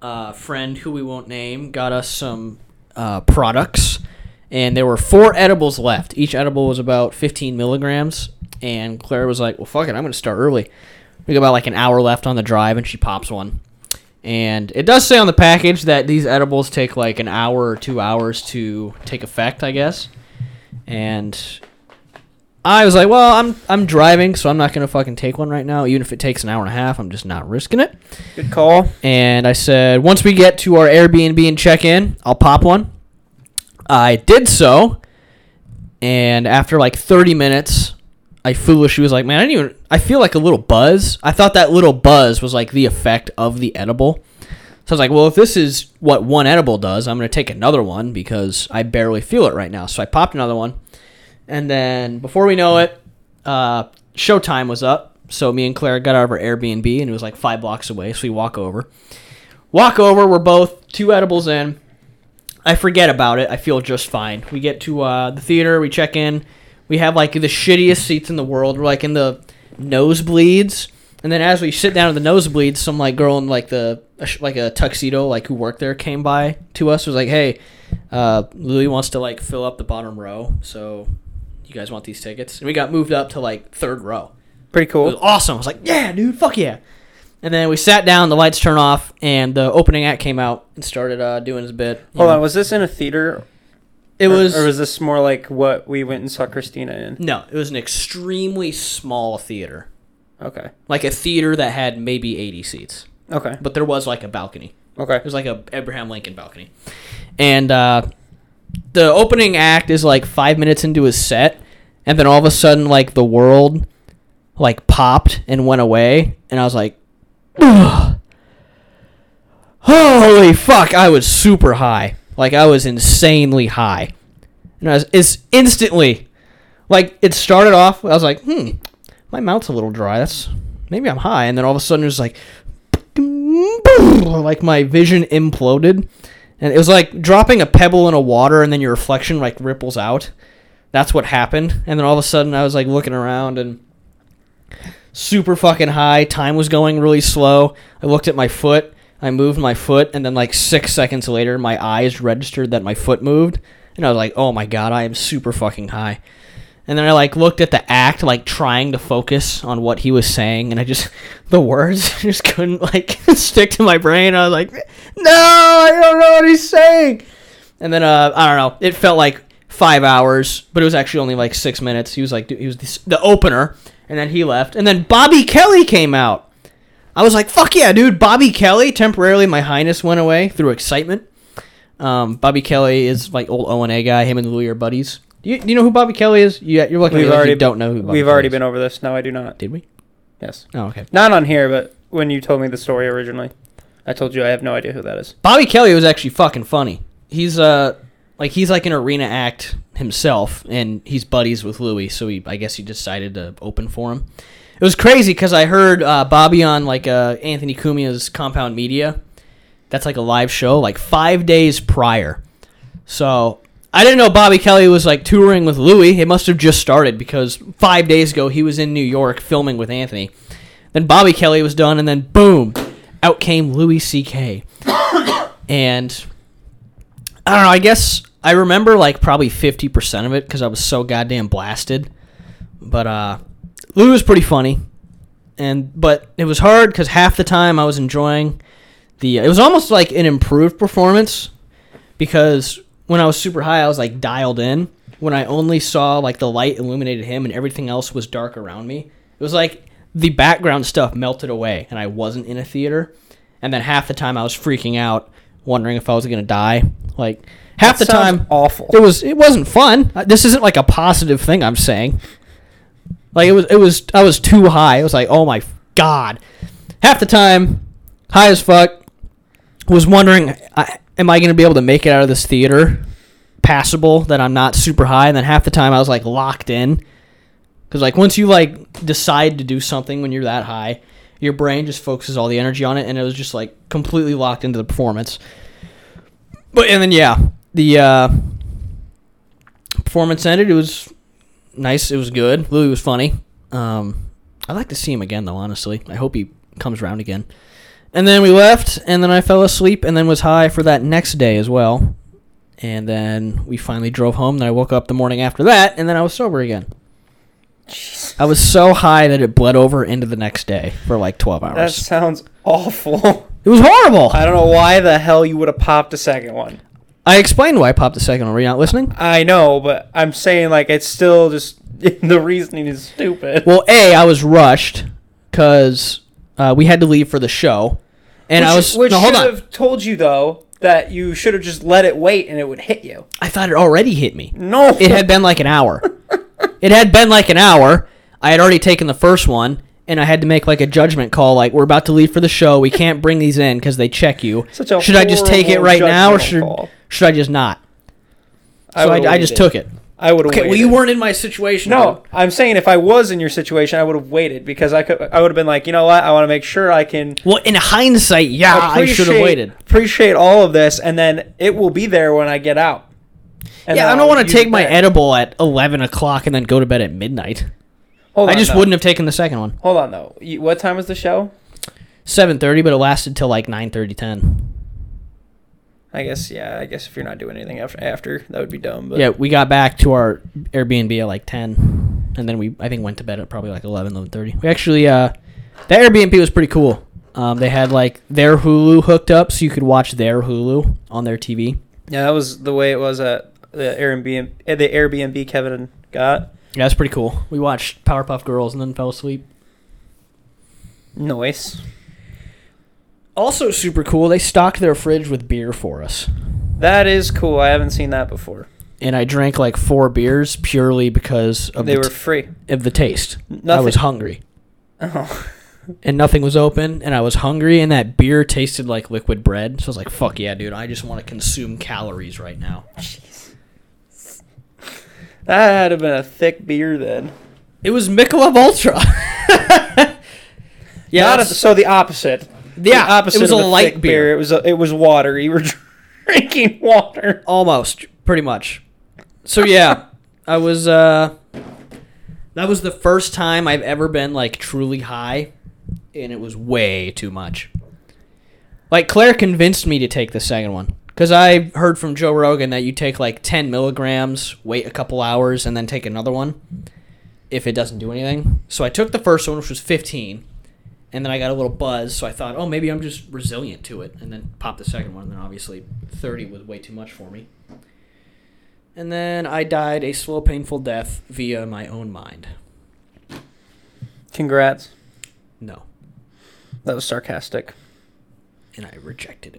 Speaker 3: uh, friend, who we won't name, got us some uh, products, and there were four edibles left. Each edible was about 15 milligrams, and Claire was like, "Well, fuck it, I'm gonna start early." We got about like an hour left on the drive, and she pops one. And it does say on the package that these edibles take like an hour or two hours to take effect, I guess. And I was like, well, I'm I'm driving, so I'm not gonna fucking take one right now. Even if it takes an hour and a half, I'm just not risking it.
Speaker 1: Good call.
Speaker 3: And I said, once we get to our Airbnb and check in, I'll pop one. I did so, and after like 30 minutes, I foolishly was like, man, I didn't even. I feel like a little buzz. I thought that little buzz was like the effect of the edible. So I was like, well, if this is what one edible does, I'm going to take another one because I barely feel it right now. So I popped another one. And then before we know it, uh, showtime was up. So me and Claire got out of our Airbnb and it was like five blocks away. So we walk over. Walk over, we're both two edibles in. I forget about it. I feel just fine. We get to uh, the theater, we check in. We have like the shittiest seats in the world. We're like in the nosebleeds. And then as we sit down in the nosebleeds, some like girl in like the a sh- like a tuxedo like who worked there came by to us was like, "Hey, uh, Louis wants to like fill up the bottom row, so you guys want these tickets?" And we got moved up to like third row.
Speaker 1: Pretty
Speaker 3: It was
Speaker 1: cool.
Speaker 3: awesome. I was like, yeah, dude, fuck yeah. And then we sat down, the lights turned off, and the opening act came out and started uh, doing his bit. you
Speaker 1: Hold
Speaker 3: know.
Speaker 1: on, was this in a theater?
Speaker 3: It
Speaker 1: or-
Speaker 3: was,
Speaker 1: or was this more like what we went and saw Christina in?
Speaker 3: no, it was an extremely small theater,
Speaker 1: Okay.
Speaker 3: like a theater that had maybe eighty seats,
Speaker 1: Okay.
Speaker 3: but there was like a balcony. It
Speaker 1: Okay.
Speaker 3: was like a Abraham Lincoln balcony, and uh, the opening act is like five minutes into his set, and then all of a sudden, like the world, like popped and went away, and I was like, "Ugh. holy fuck! I was super high, like I was insanely high, and I was it's instantly, like it started off, I was like, hmm, my mouth's a little dry. That's maybe I'm high, and then all of a sudden it was like like my vision imploded and it was like dropping a pebble in a water and then your reflection like ripples out that's what happened and then all of a sudden i was like looking around and super fucking high time was going really slow i looked at my foot i moved my foot and then like six seconds later my eyes registered that my foot moved and i was like oh my god i am super fucking high and then I like looked at the act, like trying to focus on what he was saying, and I just the words just couldn't like stick to my brain. I was like, "No, I don't know what he's saying." And then uh, I don't know. It felt like five hours, but it was actually only like six minutes. He was like, he was the, the opener, and then he left, and then Bobby Kelly came out. I was like, "Fuck yeah, dude!" Bobby Kelly. Temporarily, my highness went away through excitement. Um, Bobby Kelly is like old O and A guy. Him and Louis are buddies. Do you, do you know who Bobby Kelly is? Yeah, you're lucky.
Speaker 1: We've
Speaker 3: We've already
Speaker 1: already-
Speaker 3: you don't know who. Bobby
Speaker 1: We've
Speaker 3: Kelly
Speaker 1: already
Speaker 3: is.
Speaker 1: been over this. No, I do not.
Speaker 3: Did we?
Speaker 1: Yes.
Speaker 3: Oh, okay.
Speaker 1: Not on here, but when you told me the story originally, I told you I have no idea who that is.
Speaker 3: Bobby Kelly was actually fucking funny. He's uh like he's like an arena act himself, and he's buddies with Louis, so he I guess he decided to open for him. It was crazy because I heard uh, Bobby on like uh, Anthony Cumia's Compound Media. That's like a live show, like five days prior. So I didn't know Bobby Kelly was like touring with Louis. It must have just started because five days ago he was in New York filming with Anthony. Then Bobby Kelly was done, and then boom, out came Louis C.K and I don't know. I guess I remember like probably fifty percent of it because I was so goddamn blasted. But uh, Lou was pretty funny, and but it was hard because half the time I was enjoying the. It was almost like an improved performance because when I was super high, I was like dialed in. When I only saw like the light illuminated him and everything else was dark around me, it was like the background stuff melted away and I wasn't in a theater. And then half the time I was freaking out, wondering if I was gonna die. Like half
Speaker 1: That
Speaker 3: the
Speaker 1: sounds
Speaker 3: time,
Speaker 1: awful.
Speaker 3: it was it wasn't fun. Uh, This isn't like a positive thing I'm saying. Like it was it was I was too high. It was like, "Oh my f- god." Half the time high as fuck was wondering I, am I going to be able to make it out of this theater passable that I'm not super high and then half the time I was like locked in cuz like once you like decide to do something when you're that high, your brain just focuses all the energy on it and it was just like completely locked into the performance. But and then yeah, the uh, performance ended. It was nice. It was good. Louis was funny. Um, I'd like to see him again though. Honestly, I hope he comes around again. And then we left, and then I fell asleep, and then was high for that next day as well. And then we finally drove home. Then I woke up the morning after that, and then I was sober again. I was so high that it bled over into the next day for like twelve
Speaker 1: That
Speaker 3: hours.
Speaker 1: sounds awful.
Speaker 3: it was horrible.
Speaker 1: I don't know why the hell you would have popped a second one.
Speaker 3: I explained why I popped the second one. Were you not listening?
Speaker 1: I know, but I'm saying like it's still just the reasoning is stupid.
Speaker 3: Well, a I was rushed because uh, we had to leave for the show, and
Speaker 1: which,
Speaker 3: I was
Speaker 1: which
Speaker 3: no hold
Speaker 1: should
Speaker 3: on.
Speaker 1: have told you though that you should have just let it wait and it would hit you.
Speaker 3: I thought it already hit me.
Speaker 1: No,
Speaker 3: It had been like an hour. it had been like an hour. I had already taken the first one, and I had to make like a judgment call. Like we're about to leave for the show, we can't bring these in because they check you.
Speaker 1: Such a
Speaker 3: should I just take it
Speaker 1: horrible
Speaker 3: right now, or
Speaker 1: judgmental
Speaker 3: should
Speaker 1: call.
Speaker 3: should I just not? So I,
Speaker 1: would've
Speaker 3: I just
Speaker 1: waited.
Speaker 3: took it.
Speaker 1: I would have.
Speaker 3: Okay,
Speaker 1: waited.
Speaker 3: well you weren't in my situation.
Speaker 1: No, I'm saying if I was in your situation, I would have waited because I could. I would have been like, you know what? I want to make sure I can.
Speaker 3: Well, in hindsight, yeah, I should have
Speaker 1: appreciate-
Speaker 3: waited.
Speaker 1: Appreciate all of this, and then it will be there when I get out. And then
Speaker 3: Yeah, I
Speaker 1: I'll
Speaker 3: don't want
Speaker 1: use
Speaker 3: to take
Speaker 1: it
Speaker 3: my
Speaker 1: then.
Speaker 3: edible at eleven o'clock and then go to bed at midnight.
Speaker 1: Hold
Speaker 3: I
Speaker 1: on,
Speaker 3: just
Speaker 1: though.
Speaker 3: wouldn't have taken the second one.
Speaker 1: Hold on though. You- What time was the show?
Speaker 3: Seven thirty, but it lasted till like nine thirty, ten.
Speaker 1: I guess yeah. I guess if you're not doing anything after after, that would be dumb. But
Speaker 3: Yeah, we got back to our Airbnb at like ten, and then we I think went to bed at probably like 11, 11.30. We actually uh, that Airbnb was pretty cool. Um, they had like their Hulu hooked up, so you could watch their Hulu on their TV.
Speaker 1: yeah, that was the way it was at the Airbnb. eh, The Airbnb Kevin got
Speaker 3: Yeah, that's pretty cool. We watched Powerpuff Girls and then fell asleep.
Speaker 1: noise.
Speaker 3: Also super cool. They stocked their fridge with beer for us.
Speaker 1: That is cool. I haven't seen that before.
Speaker 3: and I drank like four beers purely because of,
Speaker 1: They
Speaker 3: the,
Speaker 1: were
Speaker 3: t-
Speaker 1: free.
Speaker 3: of the taste. I
Speaker 1: Nothing.
Speaker 3: was hungry,
Speaker 1: Oh,
Speaker 3: and nothing was open, and I was hungry, and that beer tasted like liquid bread. So I was like, "Fuck yeah, dude! I just want to consume calories right now."
Speaker 1: that had to have been a thick beer then.
Speaker 3: It was Michelob Ultra. yeah,
Speaker 1: Not a-
Speaker 3: that's-
Speaker 1: so the opposite.
Speaker 3: yeah.
Speaker 1: the opposite.
Speaker 3: it was
Speaker 1: of
Speaker 3: a
Speaker 1: the
Speaker 3: light
Speaker 1: thick
Speaker 3: beer,
Speaker 1: It was a, it was water. You were drinking water.
Speaker 3: almost, pretty much. So yeah, I was. uh That was the first time I've ever been like truly high, and it was way too much. Like Claire convinced me to take the second one because I heard from Joe Rogan that you take like ten milligrams, wait a couple hours, and then take another one if it doesn't do anything. So I took the first one, which was fifteen, and then I got a little buzz. So I thought, oh, maybe I'm just resilient to it, and then popped the second one. And then obviously thirty was way too much for me. And then I died a slow, painful death via my own mind.
Speaker 1: Congrats.
Speaker 3: No,
Speaker 1: That was sarcastic.
Speaker 3: and I rejected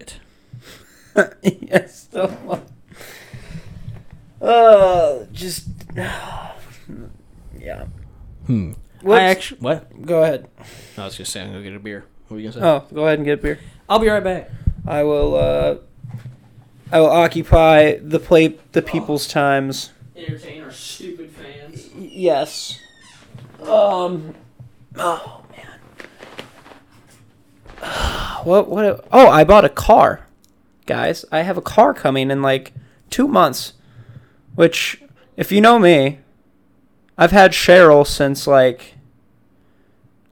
Speaker 3: it.
Speaker 1: yes. so- Uh, just yeah.
Speaker 3: Hmm.
Speaker 1: Whoops.
Speaker 3: I actually what?
Speaker 1: Go ahead.
Speaker 3: I was gonna say I'm gonna get a beer. What were you gonna say?
Speaker 1: Oh, go ahead and get a beer.
Speaker 3: I'll be right back.
Speaker 1: I will. Uh, I will occupy the play the people's times.
Speaker 3: Entertain our stupid fans.
Speaker 1: Y- yes. Um. Oh man. what? What? Oh, I bought a car, guys. I have a car coming in like two months, which, if you know me, I've had Cheryl since like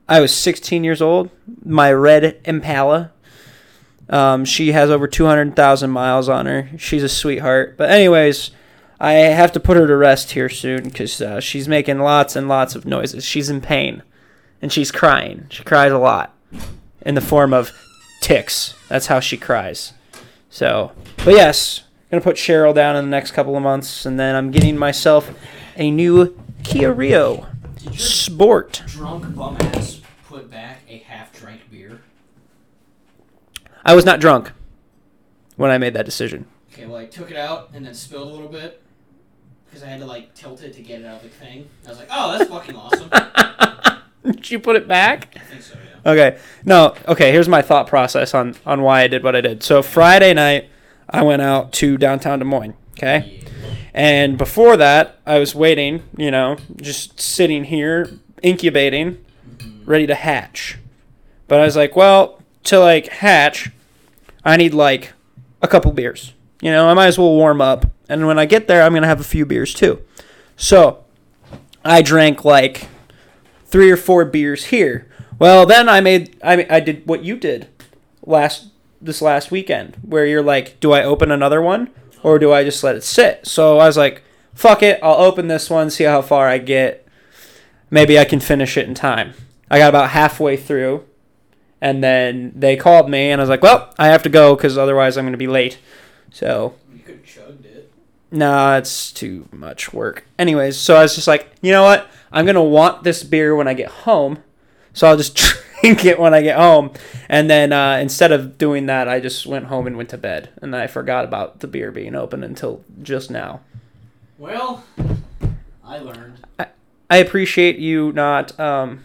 Speaker 1: I was 16 years old. My red Impala. Um, she has over 200,000 miles on her. She's a sweetheart. But anyways, I have to put her to rest here soon because uh, she's making lots and lots of noises. She's in pain, and she's crying. She cries a lot, in the form of ticks. That's how she cries. So, but yes, gonna put Cheryl down in the next couple of months, and then I'm getting myself a new Kia Rio Sport.
Speaker 3: Drunk bum ass put back a half drank beer.
Speaker 1: I was not drunk when I made that decision.
Speaker 3: Okay, well I took it out and then spilled a little bit because I had to like tilt it to get it out of the thing. I was like, oh, that's fucking awesome. I
Speaker 1: Did you put it back?
Speaker 3: think so, yeah.
Speaker 1: Okay. No, okay, here's my thought process on on why I did what I did. So Friday night I went out to downtown Des Moines, okay? And before that, I was waiting, you know, just sitting here incubating,
Speaker 3: Mm-hmm.
Speaker 1: ready to hatch. But I was like, well, to like hatch, I need like a couple beers. You know, I might as well warm up. And when I get there, I'm going to have a few beers too. So, I drank like three or four beers here. Well, then I made I I did what you did last this last weekend where you're like, do I open another one or do I just let it sit? So I was like, fuck it, I'll open this one, see how far I get. Maybe I can finish it in time. I got about halfway through and then they called me and I was like, well, I have to go cuz otherwise I'm going to be late. So
Speaker 3: You could have chugged it.
Speaker 1: nah, it's too much work. Anyways, so I was just like, you know what? I'm gonna want this beer when I get home, so I'll just drink it when I get home. And then uh, instead of doing that, I just went home and went to bed, and I forgot about the beer being open until just now.
Speaker 3: Well, I learned.
Speaker 1: I appreciate you not um,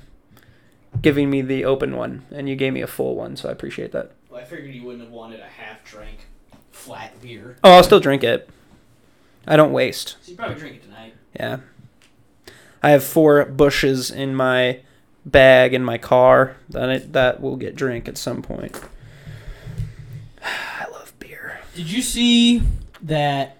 Speaker 1: giving me the open one, and you gave me a full one, so I appreciate that.
Speaker 3: Well, I figured you wouldn't have wanted a half drank flat beer.
Speaker 1: Oh, I'll still drink it. I don't waste.
Speaker 3: So you probably drink it tonight.
Speaker 1: Yeah. I have four bushes in my bag in my car. That I, that will get drink at some point. I love beer.
Speaker 3: Did you see that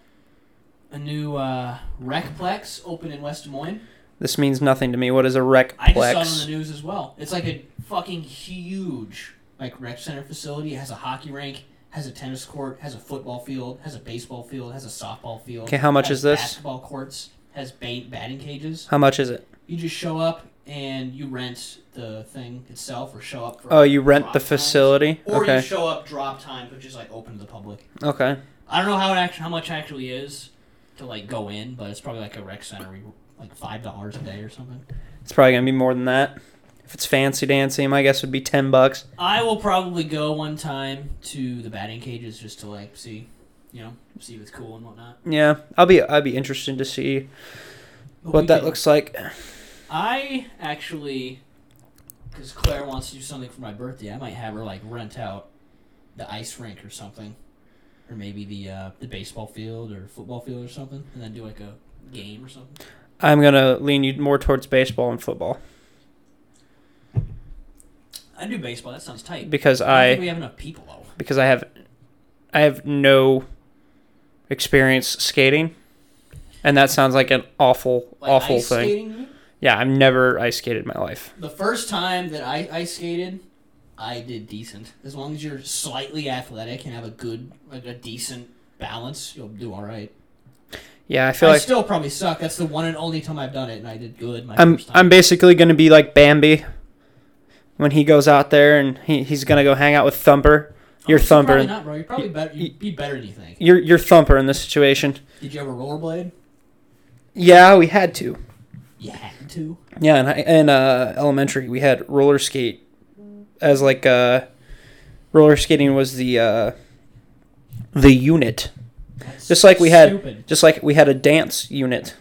Speaker 3: a new uh, Recplex opened in West Des Moines?
Speaker 1: This means nothing to me. What is a
Speaker 3: I just saw it on the
Speaker 1: recplex?
Speaker 3: news as well. It's like a fucking huge like rec center facility. It has a hockey rank, has a tennis court, has a football field, has a baseball field, has a softball field.
Speaker 1: Okay, how much
Speaker 3: has
Speaker 1: is this?
Speaker 3: Basketball courts has ba- batting cages.
Speaker 1: How much is it?
Speaker 3: You just show up and you rent the thing itself, or show up for.
Speaker 1: Oh, you rent
Speaker 3: drop
Speaker 1: the
Speaker 3: times.
Speaker 1: facility.
Speaker 3: Or you
Speaker 1: Okay.
Speaker 3: show up drop times, which is like open to the public.
Speaker 1: Okay.
Speaker 3: I don't know how it actually, how much actually is to like go in, but it's probably like a rec center, you- like five dollars a day or something.
Speaker 1: It's probably gonna be more than that. If it's fancy dancy, my guess would be ten bucks.
Speaker 3: I will probably go one time to the batting cages just to like see, you know, see what's cool and whatnot.
Speaker 1: Yeah, I'll be I'd be interested to see
Speaker 3: But
Speaker 1: what
Speaker 3: we
Speaker 1: that
Speaker 3: can-
Speaker 1: looks like.
Speaker 3: I actually, because Claire wants to do something for my birthday, I might have her like rent out the ice rink or something, or maybe the uh, the baseball field or football field or something, and then do like a game or something.
Speaker 1: I'm gonna lean you more towards baseball and football
Speaker 3: I do baseball. That sounds tight.
Speaker 1: because
Speaker 3: I don't
Speaker 1: I
Speaker 3: think we have enough people though.
Speaker 1: because I have I have no experience skating, and that sounds like an awful
Speaker 3: Like
Speaker 1: awful
Speaker 3: ice
Speaker 1: thing.
Speaker 3: skating,
Speaker 1: Yeah, I've never ice skated in my life.
Speaker 3: The first time that I ice skated, I did decent. As long as you're slightly athletic and have a good, like a decent balance, you'll do all right.
Speaker 1: Yeah, I
Speaker 3: I,
Speaker 1: feel like
Speaker 3: still probably suck. That's the one and only time I've done it, and I did good. My
Speaker 1: I'm
Speaker 3: first time.
Speaker 1: I'm basically gonna be like Bambi when he goes out there and he, he's gonna go hang out with Thumper. You're
Speaker 3: Oh, so
Speaker 1: Thumper.
Speaker 3: Probably not, bro. You're probably better. You'd be better than you think.
Speaker 1: You're you're Thumper in this situation.
Speaker 3: Did you ever rollerblade?
Speaker 1: Yeah, we had to.
Speaker 3: You had to.
Speaker 1: Yeah, and I, in uh, elementary we had roller skate as like uh, roller skating was the uh, the unit,
Speaker 3: That's
Speaker 1: Just like we had-
Speaker 3: Stupid.
Speaker 1: just like we had a dance unit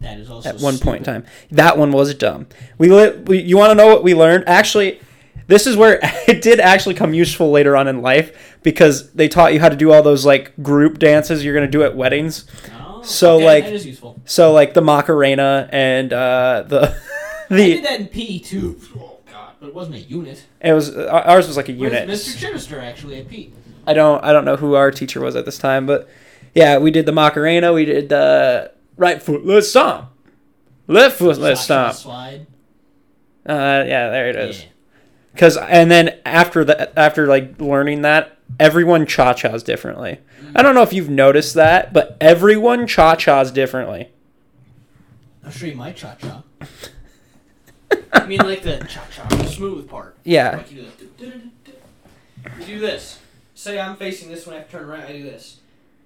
Speaker 3: That is also
Speaker 1: at one point in time. That one was dumb. We, li- we you want to know what we learned? Actually, this is where it did actually come useful later on in life because they taught you how to do all those like group dances you're gonna do at weddings.
Speaker 3: stupid. Oh,
Speaker 1: So,
Speaker 3: okay,
Speaker 1: like,
Speaker 3: that is useful.
Speaker 1: So like the Macarena and uh, the
Speaker 3: I did
Speaker 1: the
Speaker 3: that in PE too. Oh god, but it wasn't a unit.
Speaker 1: it was uh, ours was like a unit.
Speaker 3: Where's Mr. Chinister actually at PE.
Speaker 1: I don't I don't know who our teacher was at this time, but yeah, we did the Macarena, we did the right foot let's stomp. Left foot let's
Speaker 3: Slide,
Speaker 1: stomp.
Speaker 3: Slide.
Speaker 1: Uh yeah, there it is.
Speaker 3: Yeah.
Speaker 1: Cuz and then after the after like learning that, everyone cha-chas differently. I don't know if you've noticed that, but everyone cha-chas differently.
Speaker 3: I'll show you my cha cha. I mean, like the cha cha, the smooth part.
Speaker 1: Yeah.
Speaker 3: Like you do, the do-do-do-do. You do this. Say I'm facing this when I turn around. I do this.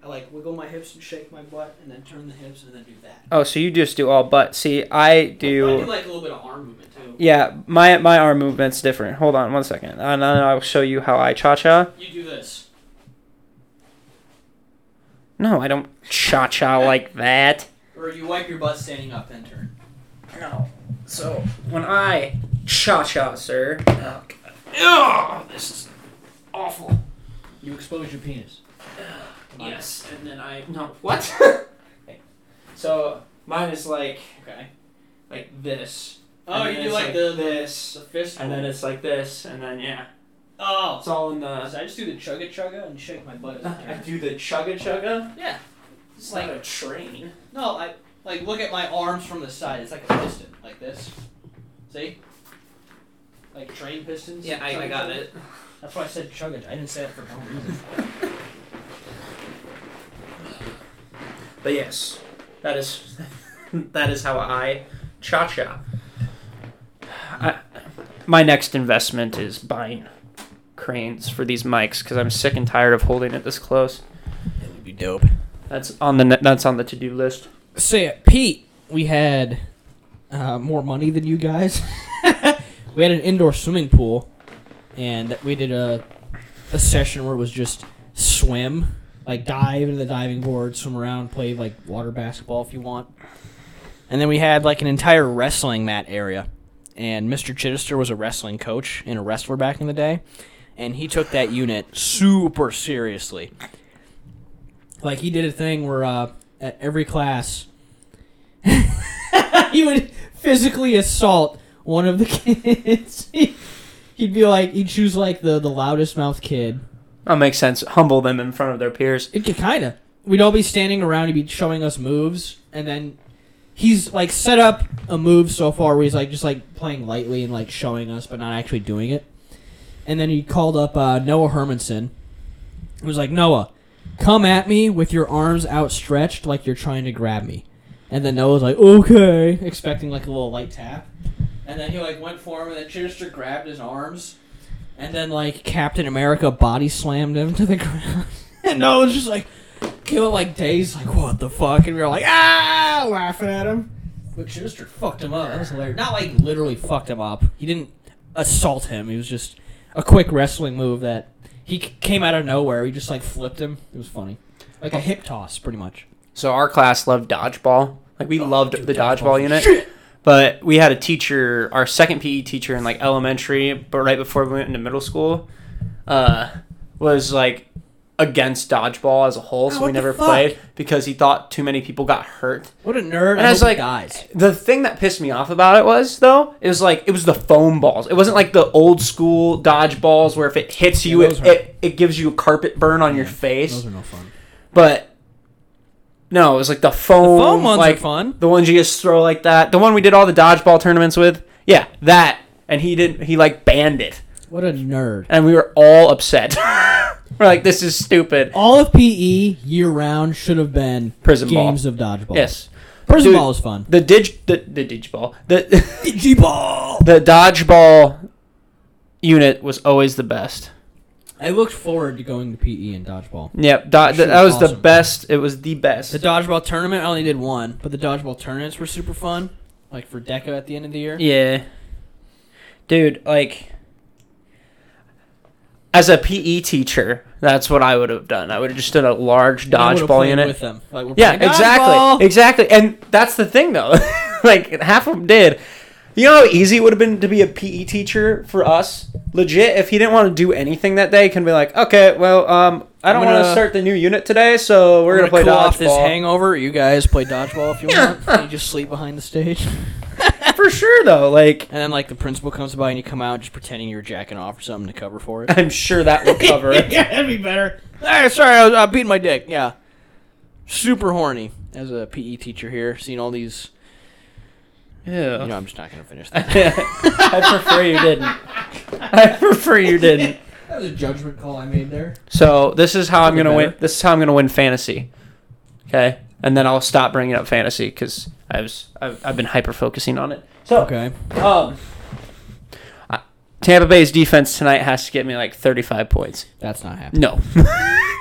Speaker 3: I like wiggle my hips and shake my butt, and then turn the hips, and then do that.
Speaker 1: Oh, so you just do all butt. See, I
Speaker 3: I
Speaker 1: do
Speaker 3: do like a little bit of arm movement too.
Speaker 1: Yeah, my my arm movement's different. Hold on one second. And then I'll show you how I cha-cha.
Speaker 3: You do this.
Speaker 1: No, I don't cha-cha like that.
Speaker 3: Or you wipe your butt standing up, then turn.
Speaker 1: No. So when I cha cha, sir. Oh, God. Ew, this is awful.
Speaker 3: You expose your penis.
Speaker 1: Yes, and then I no what? so mine is like
Speaker 3: Okay.
Speaker 1: like this.
Speaker 3: Oh,
Speaker 1: and then
Speaker 3: you do
Speaker 1: it's
Speaker 3: like, the,
Speaker 1: this,
Speaker 3: the fist.
Speaker 1: and then it's like this, and then yeah,
Speaker 3: oh.
Speaker 1: it's all in the.
Speaker 3: So I just do the chugga chugga and shake my butt. As I
Speaker 1: I
Speaker 3: turn.
Speaker 1: do the chugga chugga.
Speaker 3: Yeah.
Speaker 1: It's like a train.
Speaker 3: No, I like look at my arms from the side. It's like a piston, like this. See? Like train pistons. Chug- chug. That's why I said chuggage. I didn't say it for no reason.
Speaker 1: But yes, that is that is how I cha cha. My next investment is buying cranes for these mics because I'm sick and tired of holding it this close.
Speaker 3: That would be dope.
Speaker 1: That's on the ne- that's on the to do list.
Speaker 3: Say it, Pete. We had uh, more money than you guys. we had an indoor swimming pool, and we did a a session where it was just swim, like dive into the diving board, swim around, play like water basketball if you want.
Speaker 4: And then we had like an entire wrestling mat area. And Mr. Chittister was a wrestling coach and a wrestler back in the day. And he took that unit super seriously.
Speaker 3: Like he did a thing where uh, at every class he would physically assault one of the kids. he'd be like he'd choose like the the loudest mouth kid.
Speaker 1: That makes sense. Humble them in front of their peers.
Speaker 3: It could kind of. We'd all be standing around. He'd be showing us moves, and then he's like set up a move so far where he's like just like playing lightly and like showing us, but not actually doing it. And then he called up uh, Noah Hermanson. He was like, Noah, come at me with your arms outstretched like you're trying to grab me. And then Noah was like, okay, expecting like a little light tap. And then he like went for him, and then Chittister grabbed his arms, and then like Captain America body slammed him to the ground. and Noah was just like, kill like days, like what the fuck, and we were like ah, laughing at him. But Chittister fucked him up. That was hilarious. Not like literally fucked him up. He didn't assault him. He was just a quick wrestling move that he c- came out of nowhere. He just like flipped him. It was funny, like a hip toss, pretty much.
Speaker 1: So our class loved dodgeball. Like
Speaker 3: Oh,
Speaker 1: we loved the
Speaker 3: dodgeball's
Speaker 1: dodgeball
Speaker 3: the
Speaker 1: unit. But we had a teacher, our second PE teacher in like elementary, but right before we went into middle school, uh, was like against dodgeball as a whole.
Speaker 3: Oh,
Speaker 1: So
Speaker 3: what
Speaker 1: we
Speaker 3: the
Speaker 1: never
Speaker 3: fuck?
Speaker 1: played because he thought too many people got hurt.
Speaker 3: What a nerd!
Speaker 1: And I was
Speaker 3: hope he
Speaker 1: like,
Speaker 3: dies.
Speaker 1: the thing that pissed me off about it was though, it was like it was the foam balls. It wasn't like the old school dodgeballs where if it hits you,
Speaker 3: Yeah, those
Speaker 1: it,
Speaker 3: hurt.
Speaker 1: it it gives you a carpet burn on your face.
Speaker 3: Those are no fun.
Speaker 1: But no, it was like the foam,
Speaker 4: The foam ones
Speaker 1: like,
Speaker 4: are fun.
Speaker 1: The ones you just throw like that. The one we did all the dodgeball tournaments with. Yeah, that. And he didn't. He like banned it,
Speaker 3: What a nerd.
Speaker 1: and we were all upset. we're like, this is stupid.
Speaker 3: All of PE year round should have been
Speaker 1: Prison ball.
Speaker 3: games of dodgeball.
Speaker 1: Yes,
Speaker 3: prison
Speaker 1: Dude.
Speaker 3: ball is fun.
Speaker 1: the dig, the the digball, the
Speaker 3: Digiball.
Speaker 1: the dodgeball unit was always the best.
Speaker 3: I looked forward to going to PE and dodgeball.
Speaker 1: Yep, do-
Speaker 3: Shit
Speaker 1: that was the
Speaker 3: awesome.
Speaker 1: best. It was the best.
Speaker 4: The dodgeball tournament, I only did one, but the dodgeball tournaments were super fun. Like for Deco at the end of the year.
Speaker 1: Yeah. Dude, like as a PE teacher, that's what I would have done. I would have just done a large
Speaker 4: And I would've
Speaker 1: dodgeball
Speaker 4: played
Speaker 1: unit.
Speaker 4: with them. Like, we're
Speaker 1: yeah,
Speaker 4: playing
Speaker 1: exactly.
Speaker 4: dodgeball!
Speaker 1: Exactly. And that's the thing though. like half of them did. You know how easy it would have been to be a PE teacher for us? Legit, if he didn't want to do anything that day, he can be like, "Okay, well, um, I don't
Speaker 4: I'm
Speaker 1: want to
Speaker 4: gonna-
Speaker 1: start the new unit today, so we're
Speaker 4: We're gonna,
Speaker 1: gonna, play
Speaker 4: cool
Speaker 1: dodgeball."
Speaker 4: off this hangover. You guys play dodgeball if you want. and you just sleep behind the stage.
Speaker 1: for sure, though. Like,
Speaker 4: And then like the principal comes by and you come out just pretending you're jacking off or something to cover for it.
Speaker 1: I'm sure that will cover it.
Speaker 4: yeah, that'd be better. Hey, sorry, I was uh, beating my dick. Yeah, super horny as a PE teacher here, seeing all these.
Speaker 1: Yeah.
Speaker 4: You know, I'm just not gonna finish that.
Speaker 1: I prefer you didn't. I prefer you didn't.
Speaker 3: That was a judgment call I made there.
Speaker 1: So this is how I'm
Speaker 3: Could be
Speaker 1: gonna win.
Speaker 3: better.
Speaker 1: This is how I'm gonna win fantasy. Okay, and then I'll stop bringing up fantasy because I was I've, I've been hyper focusing on it. So
Speaker 3: Okay.
Speaker 1: um, I- Tampa Bay's defense tonight has to get me like 35 points.
Speaker 3: That's not happening.
Speaker 1: No,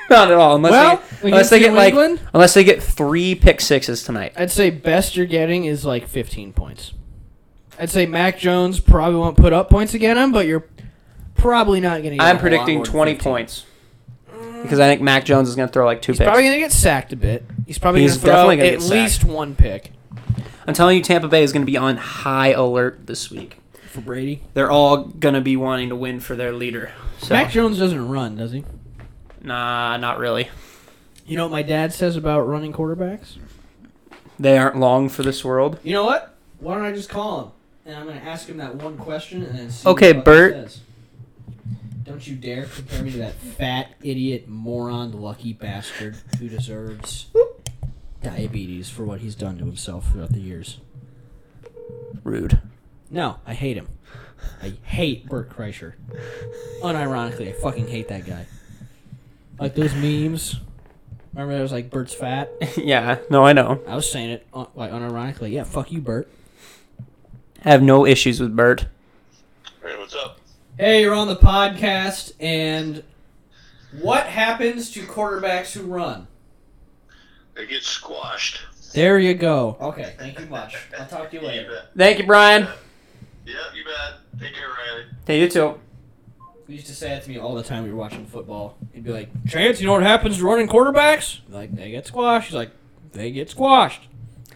Speaker 1: not at all. Unless
Speaker 3: Well,
Speaker 1: they, unless
Speaker 3: against
Speaker 1: they get
Speaker 3: New
Speaker 1: like
Speaker 3: England?
Speaker 1: unless they get three pick sixes tonight.
Speaker 3: I'd say best you're getting is like 15 points. I'd say Mac Jones probably won't put up points again him, but you're probably not going to.
Speaker 1: I'm predicting 20 points because I think Mac Jones is gonna throw like two
Speaker 3: Mm. He's
Speaker 1: picks.
Speaker 3: probably going to get sacked a bit. He's probably
Speaker 1: He's
Speaker 3: going to throw
Speaker 1: definitely gonna
Speaker 3: at
Speaker 1: get
Speaker 3: least one pick
Speaker 1: I'm telling you, Tampa Bay is going to be on high alert this week.
Speaker 3: for Brady.
Speaker 1: They're all going to be wanting to win for their leader. So,
Speaker 3: Mac Jones doesn't run, does he?
Speaker 1: nah, not really.
Speaker 3: You know what my dad says about running quarterbacks?
Speaker 1: They aren't long for this world.
Speaker 3: You know what? Why don't I just call him and I'm going to ask him that one question and then see
Speaker 1: Okay,
Speaker 3: what the fuck he
Speaker 1: Bert.
Speaker 3: says. Don't you dare compare me to that fat idiot moron lucky bastard who deserves diabetes for what he's done to himself throughout the years.
Speaker 1: Rude.
Speaker 3: No, I hate him. I hate Bert Kreischer. Unironically, I fucking hate that guy. Like those memes. Remember, there was like Bert's fat.
Speaker 1: yeah, no, I know.
Speaker 3: I was saying it uh, like unironically. Yeah, fuck you, Bert.
Speaker 1: I have no issues with Bert.
Speaker 5: Hey, what's up?
Speaker 3: Hey, you're on the podcast, and what happens to quarterbacks who run?
Speaker 5: It gets squashed.
Speaker 6: There you go.
Speaker 3: Okay, thank you much. I'll talk to you
Speaker 5: You bet.
Speaker 1: Thank you, Brian.
Speaker 5: Yeah, you bet. Take care, Riley.
Speaker 1: Hey, you too.
Speaker 3: You used to say that to me all the time we were watching football. You'd be like, Chance, you know what happens to running quarterbacks? Like, they get squashed. He's like, they get squashed.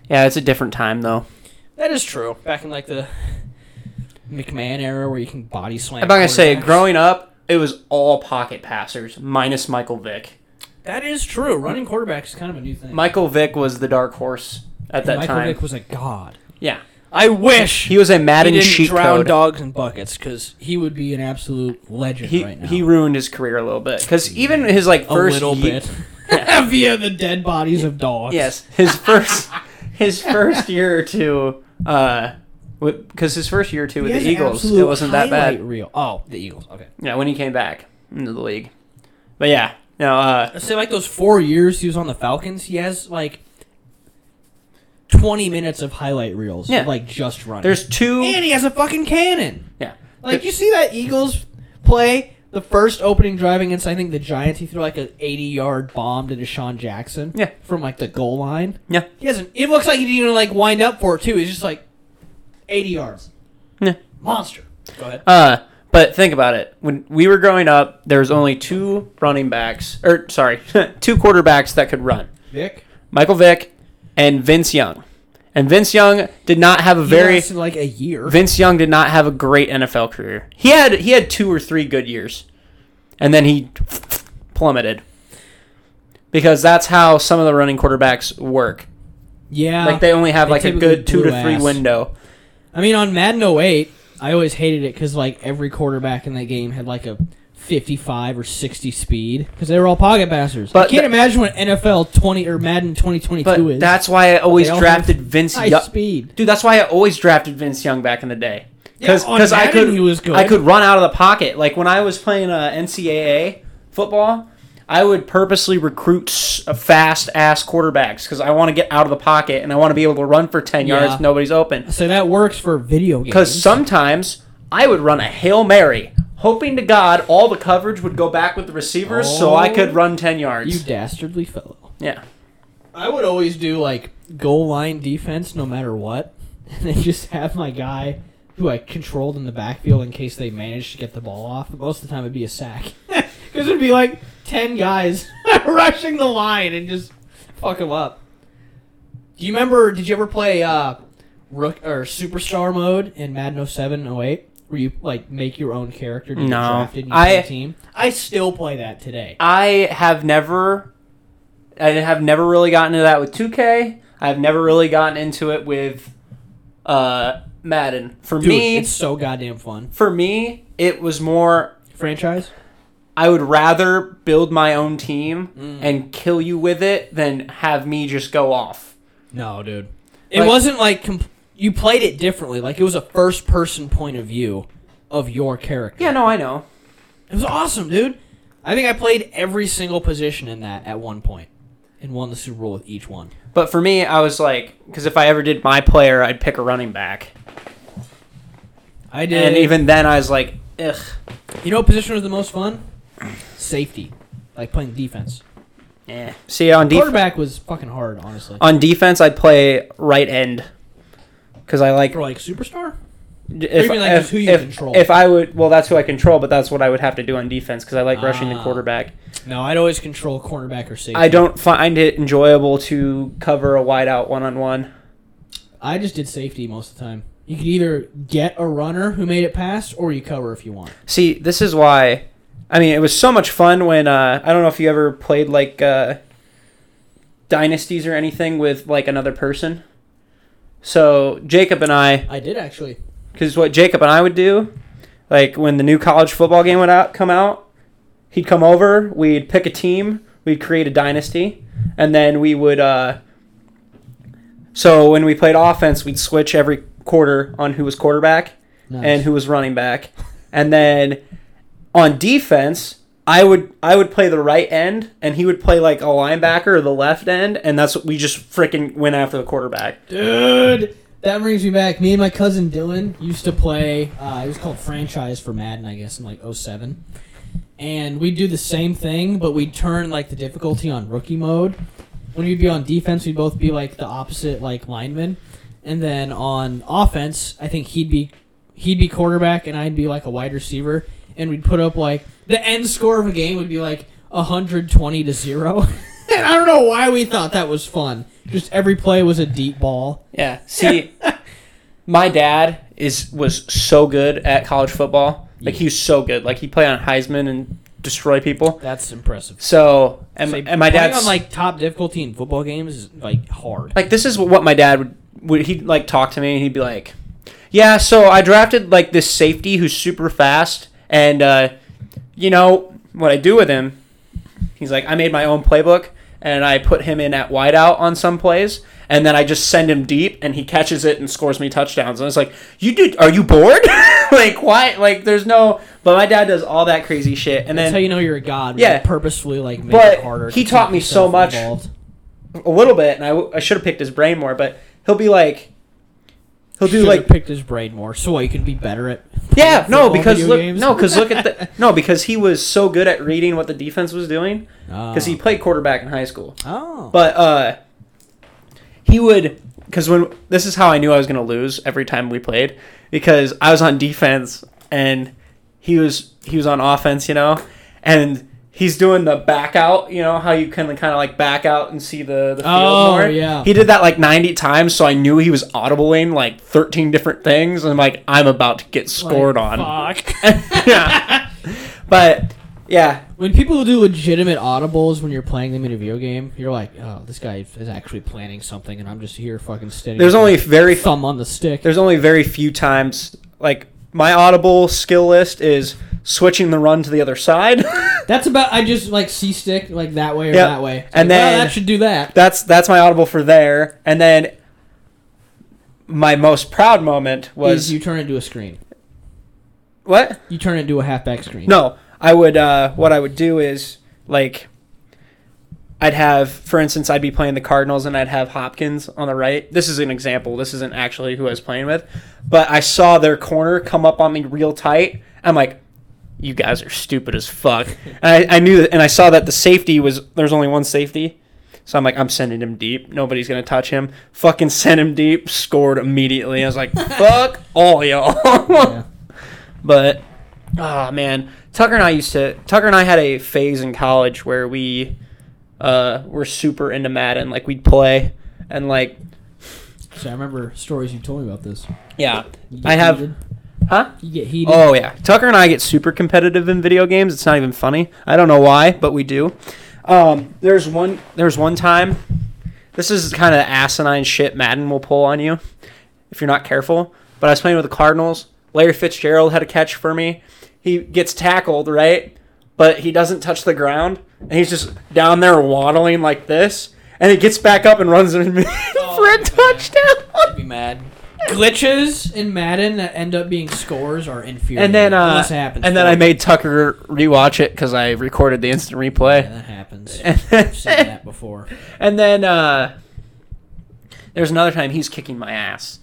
Speaker 1: Yeah, it's a different time though.
Speaker 3: That is true. Back in, like, the McMahon era where you can body slam.
Speaker 1: I'm not gonna say
Speaker 3: quarterbacks.
Speaker 1: growing up, it was all pocket passers minus Michael Vick.
Speaker 3: That is true. Running quarterbacks is kind of a new thing.
Speaker 1: Michael Vick was the dark horse at that
Speaker 3: Michael
Speaker 1: time.
Speaker 3: Vick was a god.
Speaker 1: yeah,
Speaker 3: I wish
Speaker 1: he was a Madden
Speaker 3: he didn't
Speaker 1: sheet
Speaker 3: drown
Speaker 1: code.
Speaker 3: dogs in buckets because he would be an absolute legend
Speaker 1: He
Speaker 3: right now.
Speaker 1: he ruined his career a little bit because even his like
Speaker 3: a
Speaker 1: first
Speaker 3: little
Speaker 1: ye-
Speaker 3: bit via the dead bodies of dogs.
Speaker 1: Yes, his first his first year or two, because his first year or two with
Speaker 3: He
Speaker 1: the
Speaker 3: has an
Speaker 1: Eagles, it
Speaker 3: absolute
Speaker 1: wasn't that
Speaker 3: highlight
Speaker 1: bad.
Speaker 3: Reel. Oh, the Eagles. Okay.
Speaker 1: Yeah, when he came back into the league, but yeah, no, uh,
Speaker 3: Let's say like those four years he was on the Falcons, he has like twenty minutes of highlight reels.
Speaker 1: Yeah.
Speaker 3: Of, like just running.
Speaker 1: there's two.
Speaker 3: and he has a fucking cannon.
Speaker 1: Yeah,
Speaker 3: Like you see that Eagles play the first opening drive against I think the Giants. He threw like an eighty-yard bomb to Deshaun Jackson.
Speaker 1: Yeah.
Speaker 3: From like the goal line.
Speaker 1: yeah,
Speaker 3: He hasn't. It looks like he didn't even like wind up for it too. He's just like eighty yards.
Speaker 1: Yeah.
Speaker 3: Monster. Go ahead.
Speaker 1: Uh, but think about it. When we were growing up, there was only two running backs, or sorry, two quarterbacks that could run:
Speaker 3: Vic.
Speaker 1: Michael Vick and Vince Young. And Vince Young did not have a very
Speaker 3: lasted like a year.
Speaker 1: Vince Young did not have a great NFL career. He had he had two or three good years, and then he plummeted because that's how some of the running quarterbacks work.
Speaker 3: yeah.
Speaker 1: Like they only have
Speaker 3: They
Speaker 1: like a
Speaker 3: typically
Speaker 1: good two to
Speaker 3: blew
Speaker 1: three
Speaker 3: ass.
Speaker 1: window.
Speaker 3: I mean, on Madden 08, I always hated it because like every quarterback in that game had like a 55 or 60 speed because they were all pocket passers. I
Speaker 1: But
Speaker 3: can't
Speaker 1: the-
Speaker 3: imagine what NFL 20 or Madden 2022
Speaker 1: But
Speaker 3: is.
Speaker 1: that's why I always
Speaker 3: They all
Speaker 1: drafted
Speaker 3: have
Speaker 1: Vince
Speaker 3: high
Speaker 1: Young.
Speaker 3: speed.
Speaker 1: Dude, that's why I always drafted Vince Young back in the day. Because
Speaker 3: Yeah, on
Speaker 1: I
Speaker 3: Madden
Speaker 1: could
Speaker 3: he was good.
Speaker 1: I could run out of the pocket. Like when I was playing uh, NCAA football, I would purposely recruit fast ass quarterbacks because I want to get out of the pocket and I want to be able to run for ten
Speaker 3: Yeah.
Speaker 1: yards. Nobody's open.
Speaker 3: So that works for video games.
Speaker 1: Because sometimes I would run a hail mary, hoping to God all the coverage would go back with the receivers, so I could
Speaker 3: Oh.
Speaker 1: run ten yards.
Speaker 3: you dastardly fellow.
Speaker 1: yeah.
Speaker 3: I would always do like goal line defense no matter what, and then just have my guy who I controlled in the backfield in case they managed to get the ball off. But most of the time it'd be a sack because it'd be like ten guys rushing the line and just fuck them up. Do you remember? Did you ever play uh, Rook or Superstar mode in Madden 07, 08? Where you like make your own character, to get
Speaker 1: No.
Speaker 3: drafted, and you play
Speaker 1: I-
Speaker 3: a team. I still play that today.
Speaker 1: I have never, I have never really gotten into that with 2K. I've never really gotten into it with uh, Madden. For
Speaker 3: Dude,
Speaker 1: me,
Speaker 3: it's so goddamn fun.
Speaker 1: for me, it was more.
Speaker 3: Franchise.
Speaker 1: I would rather build my own team
Speaker 3: Mm.
Speaker 1: and kill you with it than have me just go off.
Speaker 3: No, dude. It
Speaker 1: Like-
Speaker 3: wasn't like comp- you played it differently. Like it was a first person point of view of your character.
Speaker 1: Yeah, no, I know.
Speaker 3: It was awesome, dude. I think I played every single position in that at one point and won the Super Bowl with each one.
Speaker 1: But for me, I was like, because if I ever did my player, I'd pick a running back.
Speaker 3: I did.
Speaker 1: And even then, I was like, ugh.
Speaker 3: you know what position was the most fun? Safety. Like playing defense.
Speaker 1: Eh. See, on defense.
Speaker 3: Quarterback was fucking hard, honestly.
Speaker 1: On defense, I'd play right end because I like
Speaker 3: For like superstar?
Speaker 1: if,
Speaker 3: mean, like,
Speaker 1: if,
Speaker 3: just who you
Speaker 1: if-
Speaker 3: control?
Speaker 1: if I would, well, that's who I control, but that's what I would have to do on defense because I like rushing the
Speaker 3: Ah.
Speaker 1: quarterback.
Speaker 3: No, I'd always control cornerback or safety.
Speaker 1: I don't find it enjoyable to cover a wide out one on one.
Speaker 3: I just did safety most of the time. You could either get a runner who made it past or you cover if you want.
Speaker 1: See, this is why. I mean, it was so much fun when uh, I don't know if you ever played like uh, dynasties or anything with like another person. So Jacob and I,
Speaker 3: I did actually.
Speaker 1: because what Jacob and I would do, like when the new college football game would out come out, he'd come over, we'd pick a team, we'd create a dynasty, and then we would. Uh, so when we played offense, we'd switch every quarter on who was quarterback
Speaker 3: Nice.
Speaker 1: and who was running back, and then on defense. I would I would play the right end and he would play like a linebacker or the left end and that's what we just freaking went after the quarterback.
Speaker 3: Dude, that brings me back. Me and my cousin Dylan used to play. Uh, it was called franchise for Madden, I guess, in like 07. And we'd do the same thing, but we'd turn like the difficulty on rookie mode, when we'd be on defense, we'd both be like the opposite like linemen, and then on offense, I think he'd be he'd be quarterback and I'd be like a wide receiver, and we'd put up like the end score of a game would be like hundred twenty to zero, and I don't know why we thought that was fun. Just every play was a deep ball.
Speaker 1: Yeah. See, my dad is was so good at college football. Like he was so good. Like he played on Heisman and destroy people.
Speaker 3: That's impressive.
Speaker 1: So and,
Speaker 3: So
Speaker 1: and my
Speaker 3: playing
Speaker 1: dad's
Speaker 3: on
Speaker 1: like
Speaker 3: like top difficulty in football games is like hard.
Speaker 1: like this is what my dad would would he would like talk to me and he'd be like, yeah. So I drafted like this safety who's super fast and uh, you know what I do with him. He's like I made my own playbook and I put him in at wideout on some plays. And then I just send him deep, and he catches it and scores me touchdowns. And it's like, you did? Are you bored? like, why? Like, there's no. But my dad does all that crazy shit, and
Speaker 3: That's
Speaker 1: then
Speaker 3: how you know you're a god. when
Speaker 1: Yeah.
Speaker 3: you purposefully like make
Speaker 1: But
Speaker 3: it harder.
Speaker 1: he
Speaker 3: to
Speaker 1: taught
Speaker 3: keep
Speaker 1: me so
Speaker 3: yourself
Speaker 1: much.
Speaker 3: involved.
Speaker 1: a little bit, and I, w- I should have picked his brain more, but he'll be like, he'll do
Speaker 3: Should've
Speaker 1: like,
Speaker 3: picked his brain more, so he could be better at.
Speaker 1: yeah, no,
Speaker 3: football
Speaker 1: because
Speaker 3: video
Speaker 1: look,
Speaker 3: games.
Speaker 1: no, because look at the, no, because he was so good at reading what the defense was doing, because
Speaker 3: Ah.
Speaker 1: he played quarterback in high school.
Speaker 3: Oh.
Speaker 1: But uh, he would because when this is how I knew I was gonna lose every time we played because I was on defense and he was he was on offense, you know, and he's doing the back out, you know, how you can kind of like back out and see the, the field
Speaker 3: Oh,
Speaker 1: more.
Speaker 3: yeah.
Speaker 1: He did that like 90 times, so I knew he was audibling like 13 different things, and I'm like, I'm about to get scored on.
Speaker 3: Fuck.
Speaker 1: yeah. But yeah,
Speaker 3: when people do legitimate audibles when you're playing them in a video game, you're like, oh, this guy is actually planning something, and I'm just here fucking standing.
Speaker 1: there's
Speaker 3: with
Speaker 1: only
Speaker 3: my
Speaker 1: very
Speaker 3: thumb on the stick.
Speaker 1: there's only very few times like my audible skill list is switching the run to the other side
Speaker 3: That's about. I just like C stick like that way or
Speaker 1: Yep.
Speaker 3: that way, It's
Speaker 1: And
Speaker 3: like, well,
Speaker 1: then-
Speaker 3: that should do that.
Speaker 1: that's that's my audible for there and then my most proud moment
Speaker 3: Was
Speaker 1: was
Speaker 3: you turn it into a screen?
Speaker 1: what
Speaker 3: You turn it into a halfback screen.
Speaker 1: no i would uh what i would do is like i'd have for instance i'd be playing the cardinals and i'd have hopkins on the right this is an example this isn't actually who i was playing with but i saw their corner come up on me real tight i'm like you guys are stupid as fuck. And I, I knew that, and I saw that the safety was there's only one safety, so I'm like, I'm sending him deep. Nobody's gonna touch him. Fucking sent him deep. Scored immediately. I was like, fuck all y'all. But ah man, Tucker and I used to Tucker and I had a phase in college where we uh, were super into Madden. Like we'd play and like
Speaker 3: So I remember stories you told me about this.
Speaker 1: yeah,
Speaker 3: You get
Speaker 1: I have
Speaker 3: heated.
Speaker 1: huh.
Speaker 3: You get heated.
Speaker 1: Oh yeah, Tucker and I get super competitive in video games. It's not even funny. I don't know why, but we do. Um, there's one. There's one time. This is kind of asinine shit Madden will pull on you if you're not careful. But I was playing with the Cardinals. Larry Fitzgerald had a catch for me. He gets tackled right, but he doesn't touch the ground, and he's just down there waddling like this. And he gets back up and runs into me for a touchdown.
Speaker 7: I'd be mad.
Speaker 3: glitches in Madden that end up being scores are inferior.
Speaker 1: And then, uh,
Speaker 3: Unless it happens
Speaker 1: and then
Speaker 3: for
Speaker 1: I
Speaker 3: you.
Speaker 1: made Tucker rewatch it because I recorded the instant replay.
Speaker 3: Yeah, that happens. I've seen that before.
Speaker 1: And then uh, there's another time he's kicking my ass.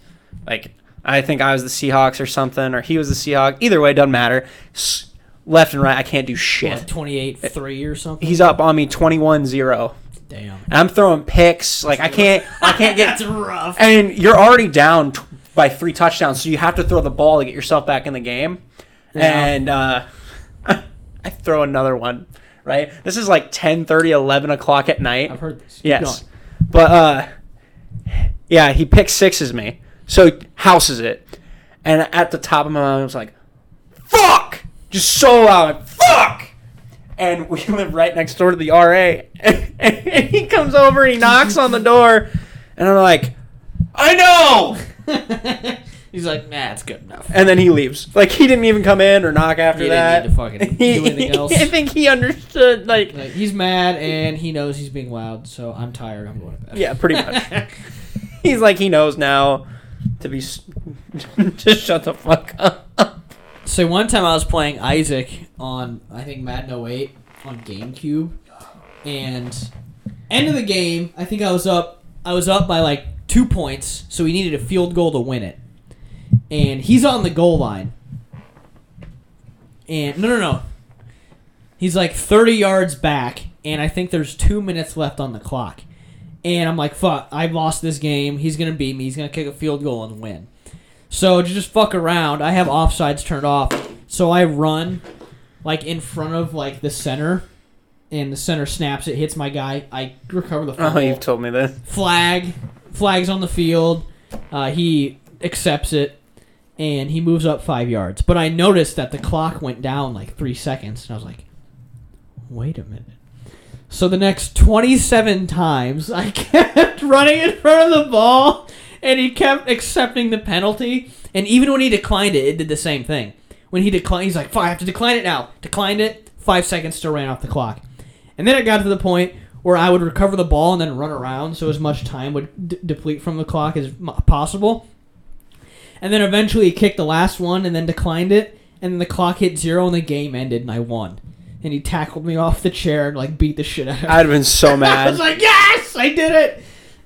Speaker 1: Like I think I was the Seahawks or something, or he was the Seahawks. Either way, doesn't matter. S- left and right, I can't do
Speaker 3: What,
Speaker 1: shit.
Speaker 3: 28-3 or something?
Speaker 1: He's up on me 21-0.
Speaker 3: Damn.
Speaker 1: And I'm throwing picks. Like I can't, I can't get.
Speaker 3: rough.
Speaker 1: And you're already down t- by three touchdowns, so you have to throw the ball to get yourself back in the game. And uh, I throw another one. Right. This is like 10, 11 o'clock at night.
Speaker 3: I've heard this. Keep
Speaker 1: Yes.
Speaker 3: going.
Speaker 1: But uh yeah, he picked sixes me. So houses it. And at the top of my mind I was like, Fuck just so loud, fuck and we live right next door to the RA. and he comes over and he knocks on the door and I'm like, I know
Speaker 3: He's like, nah, it's good enough.
Speaker 1: and then he leaves. Like he didn't even come in or knock after
Speaker 3: He didn't
Speaker 1: that.
Speaker 3: need to fucking do anything else.
Speaker 1: I think he understood like
Speaker 3: Like, he's mad and he knows he's being loud, so I'm tired. I'm going to bed.
Speaker 1: Yeah, pretty much. He's like he knows now to be s- just shut the fuck up.
Speaker 3: So one time I was playing Isaac on I think Madden 08 on GameCube, and end of the game I think I was up I was up by like two points, so we needed a field goal to win it, and he's on the goal line, and no no no, he's like 30 yards back, and I think there's two minutes left on the clock, and I'm like, fuck, I've lost this game. He's gonna beat me. He's gonna kick a field goal and win. So to just fuck around, I have offsides turned off. So I run like in front of like the center, and the center snaps. It hits my guy. I recover the
Speaker 1: Oh,
Speaker 3: fumble.
Speaker 1: you've told me that.
Speaker 3: flag. Flags on the field. Uh, he accepts it, and he moves up five yards. But I noticed that the clock went down like three seconds, and I was like, "Wait a minute." So the next 27 times, I kept running in front of the ball, and he kept accepting the penalty. And even when he declined it, it did the same thing. When he declined, he's like, "Fine, I have to decline it now." Declined it. Five seconds still ran off the clock. And then it got to the point where I would recover the ball and then run around so as much time would d- deplete from the clock as m- possible. And then eventually he kicked the last one and then declined it. And then the clock hit zero and the game ended and I won. And he tackled me off the chair and like beat the shit out of me.
Speaker 1: I'd have been so
Speaker 3: I
Speaker 1: mad.
Speaker 3: was like, yes, I did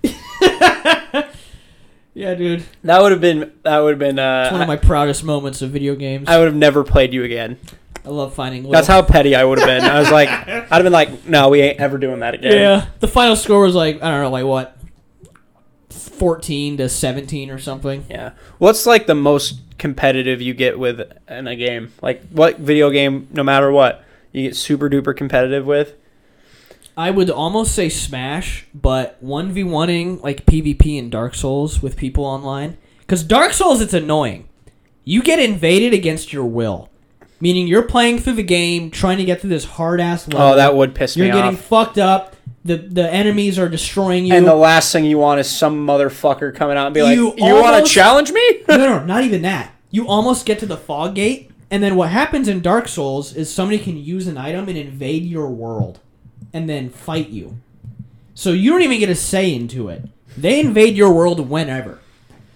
Speaker 3: it. yeah, dude, it's
Speaker 1: that would have been. That would have been. Uh,
Speaker 3: one of my proudest moments of video games.
Speaker 1: I
Speaker 3: I,
Speaker 1: would have never played you again.
Speaker 3: love finding. Little.
Speaker 1: That's how petty I would have been. I was like, I'd have been like, no, we ain't ever doing that again.
Speaker 3: Yeah, the final score was like I don't know, like what, fourteen to seventeen or something.
Speaker 1: Yeah. What's like the most competitive you get with in a game? Like what video game, no matter what, you get super duper competitive with?
Speaker 3: I would almost say Smash, but one v oneing like PvP in Dark Souls with people online. Because Dark Souls, it's annoying. You get invaded against your will, meaning you're playing through the game trying to get through this hard ass level.
Speaker 1: Oh, that would piss
Speaker 3: Um, You're
Speaker 1: me
Speaker 3: getting
Speaker 1: off.
Speaker 3: fucked up. The the enemies are destroying you.
Speaker 1: And the last thing you want is some motherfucker coming out and be like,
Speaker 3: You
Speaker 1: "You, want to
Speaker 3: almost-
Speaker 1: challenge me?"
Speaker 3: no, no, no, not even that. You almost get to the fog gate, and then what happens in Dark Souls is somebody can use an item and invade your world, and then fight you. So you don't even get a say into it. They invade your world whenever.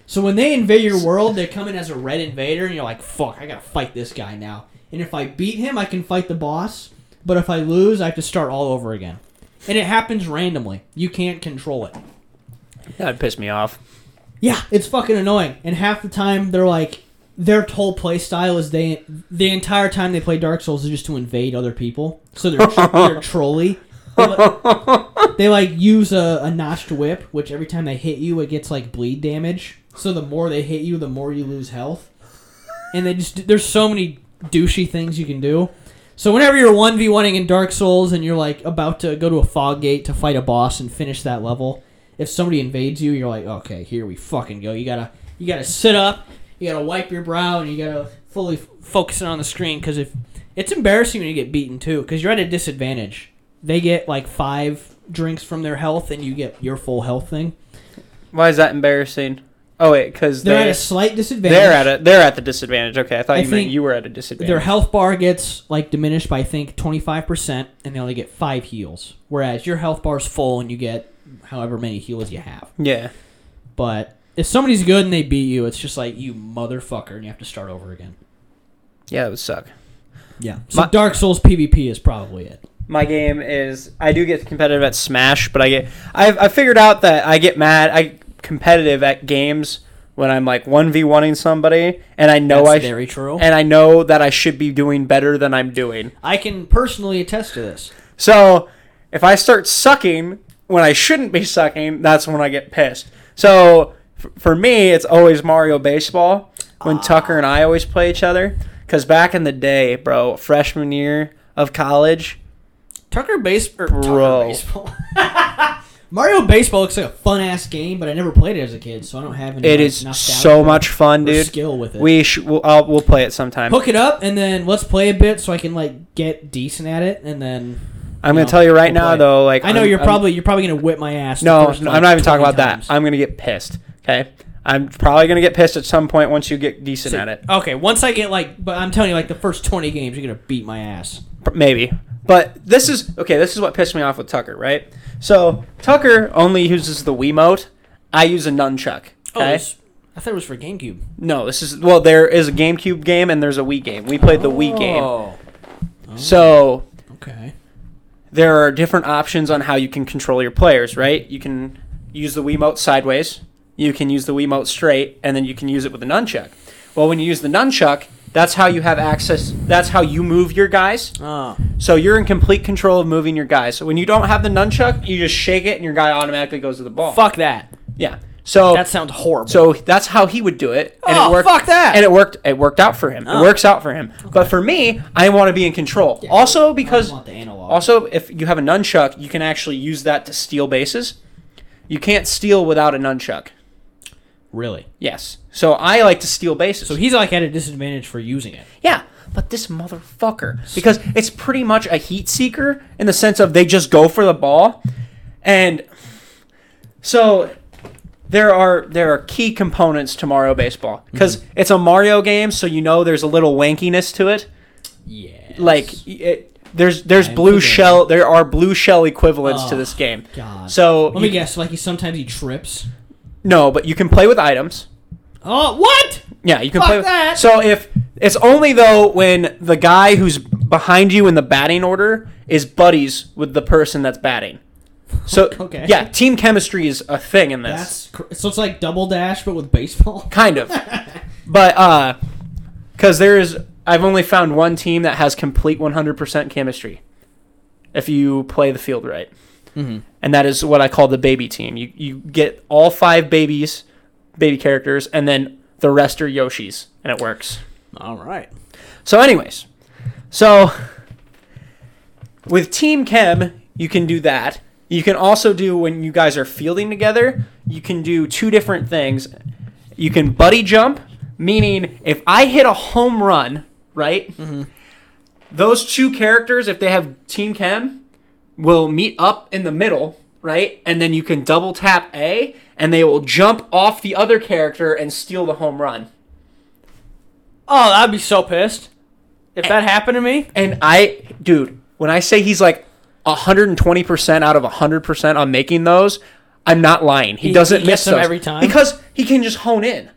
Speaker 3: So when they invade your world, they come in as a red invader, and you're like, "Fuck, I gotta fight this guy now." And if I beat him, I can fight the boss. But if I lose, I have to start all over again. And it happens randomly. You can't control it.
Speaker 1: That'd piss me off.
Speaker 3: Yeah, it's fucking annoying. And half the time they're like their whole play style is they the entire time they play Dark Souls is just to invade other people. So they're tr- they're trolly. They, li- they like use a, a notched whip, which every time they hit you, it gets like bleed damage. So the more they hit you, the more you lose health. And they just there's so many douchey things you can do. So whenever you're one v oneing in Dark Souls and you're like about to go to a fog gate to fight a boss and finish that level, if somebody invades you, you're like, okay, here we fucking go. You gotta you gotta sit up, you gotta wipe your brow, and you gotta fully f- focus in on the screen because if it's embarrassing when you get beaten too, because you're at a disadvantage. They get like five drinks from their health, and you get your full health thing.
Speaker 1: Why is that embarrassing? Oh wait, because
Speaker 3: They're at
Speaker 1: they
Speaker 3: a slight disadvantage.
Speaker 1: they're at a they're at the disadvantage. Okay, I thought
Speaker 3: I
Speaker 1: you meant
Speaker 3: think
Speaker 1: you were at a
Speaker 3: Their
Speaker 1: disadvantage.
Speaker 3: health bar gets like diminished by I think twenty five percent, and they only get five heals. Whereas your health bar's full, and you get however many heals you have.
Speaker 1: yeah,
Speaker 3: But if somebody's good and they beat you, it's just like you motherfucker, and you have to start over again.
Speaker 1: yeah, it would suck.
Speaker 3: Yeah. So
Speaker 1: My-
Speaker 3: Dark Souls PvP is probably it.
Speaker 1: my game is I do get competitive at Smash, but I get I've I figured out that I get mad I get competitive at games when I'm like one v oneing somebody and I know
Speaker 3: That's
Speaker 1: I sh-
Speaker 3: very true.
Speaker 1: and I know that I should be doing better than I'm doing.
Speaker 3: I can personally attest to this.
Speaker 1: So if I start sucking when I shouldn't be sucking, that's when I get pissed. So f- for me, it's always Mario Baseball when Tucker and I always play each other. Cause back in the day, bro, freshman year of college,
Speaker 3: Tucker baseball.
Speaker 1: er, Bro.
Speaker 3: Tucker baseball. Mario Baseball looks like a fun ass game, but I never played it as a kid, so I don't have any.
Speaker 1: It
Speaker 3: like,
Speaker 1: is
Speaker 3: nostalgia
Speaker 1: so much fun,
Speaker 3: or
Speaker 1: dude.
Speaker 3: Skill with it.
Speaker 1: We sh- we'll, I'll, we'll play it sometime.
Speaker 3: hook it up and then let's play a bit so I can like get decent at it, and then
Speaker 1: I'm
Speaker 3: you
Speaker 1: gonna
Speaker 3: know,
Speaker 1: tell you right
Speaker 3: we'll
Speaker 1: now,
Speaker 3: play.
Speaker 1: though. Like
Speaker 3: I know
Speaker 1: I'm-
Speaker 3: you're
Speaker 1: I'm-
Speaker 3: probably you're probably gonna whip my ass. the
Speaker 1: no.
Speaker 3: first,
Speaker 1: no,
Speaker 3: like,
Speaker 1: I'm not even talking
Speaker 3: 20
Speaker 1: about
Speaker 3: times.
Speaker 1: that. I'm gonna get pissed. Okay. I'm probably gonna get pissed at some point once you get decent at it.
Speaker 3: okay, once I get like, but I'm telling you, like the first twenty games, you're gonna beat my ass.
Speaker 1: P- Maybe. But this is okay. This is what pissed me off with Tucker, right? So Tucker only uses the Wiimote. I use a nunchuck.
Speaker 3: Oh,
Speaker 1: Okay.
Speaker 3: this- I thought it was for GameCube.
Speaker 1: no, this is well. There is a GameCube game and there's a Wii game. We played the
Speaker 3: Oh.
Speaker 1: Wii game. So
Speaker 3: okay.
Speaker 1: there are different options on how you can control your players, right? You can use the Wiimote sideways, you can use the Wiimote straight, and then you can use it with a nunchuck. Well, when you use the nunchuck, That's how you have access. That's how you move your guys.
Speaker 3: Oh.
Speaker 1: So you're in complete control of moving your guy. So when you don't have the nunchuck, you just shake it and your guy automatically goes to the ball.
Speaker 3: Fuck that.
Speaker 1: Yeah. So
Speaker 3: That sounds horrible.
Speaker 1: so that's how he would do it, and
Speaker 3: Oh,
Speaker 1: it worked.
Speaker 3: fuck that. Oh.
Speaker 1: And it worked. It worked out for him. It works out for him. But for me, I want to be in control. Also because
Speaker 8: want the analog.
Speaker 1: also if you have a nunchuck, you can actually use that to steal bases. You can't steal without a nunchuck.
Speaker 8: Really?
Speaker 1: Yes. So I like to steal bases.
Speaker 8: So he's like at a disadvantage for using it.
Speaker 1: Yeah, but this motherfucker because it's pretty much a heat seeker in the sense of they just go for the ball, and so there are there are key components to Mario Baseball because
Speaker 8: Mm-hmm.
Speaker 1: it's a Mario game, so you know there's a little wankiness to it.
Speaker 8: Yeah.
Speaker 1: Like it, there's there's
Speaker 8: I'm
Speaker 1: blue
Speaker 8: familiar.
Speaker 1: shell there are blue shell equivalents to
Speaker 8: Oh,
Speaker 1: this game.
Speaker 8: God.
Speaker 1: So
Speaker 8: Let me
Speaker 1: you-
Speaker 8: guess. Like he sometimes he trips.
Speaker 1: No, but you can play with items.
Speaker 8: Oh, what?
Speaker 1: Yeah, you can
Speaker 8: Fuck
Speaker 1: play. with-
Speaker 8: that.
Speaker 1: So if it's only though when the guy who's behind you in the batting order is buddies with the person that's batting. So
Speaker 8: Okay.
Speaker 1: yeah, team chemistry is a thing in this,
Speaker 8: That's cr- so it's like double dash but with baseball.
Speaker 1: kind of. but uh, because there is, I've only found one team that has complete 100% chemistry. If you play the field right,
Speaker 3: Mm-hmm.
Speaker 1: and that is what I call the baby team. You you get all five babies, baby characters, and then the rest are Yoshi's, and it works.
Speaker 3: All right.
Speaker 1: So, anyways, so with Team Chem, you can do that. You can also do when you guys are fielding together, you can do two different things. You can buddy jump, meaning if I hit a home run, right? Those two characters, if they have Team Chem, will meet up in the middle, right? And then you can double tap A, and they will jump off the other character and steal the home run.
Speaker 3: Oh, I'd be so pissed
Speaker 1: Eh.
Speaker 3: if that happened to me.
Speaker 1: And I, dude, when I say he's like 120% out of 100% on making those, I'm not lying. He,
Speaker 8: He-
Speaker 1: doesn't
Speaker 8: he
Speaker 1: miss
Speaker 8: gets them
Speaker 1: those.
Speaker 8: every time? Oh,
Speaker 1: because he can just hone in.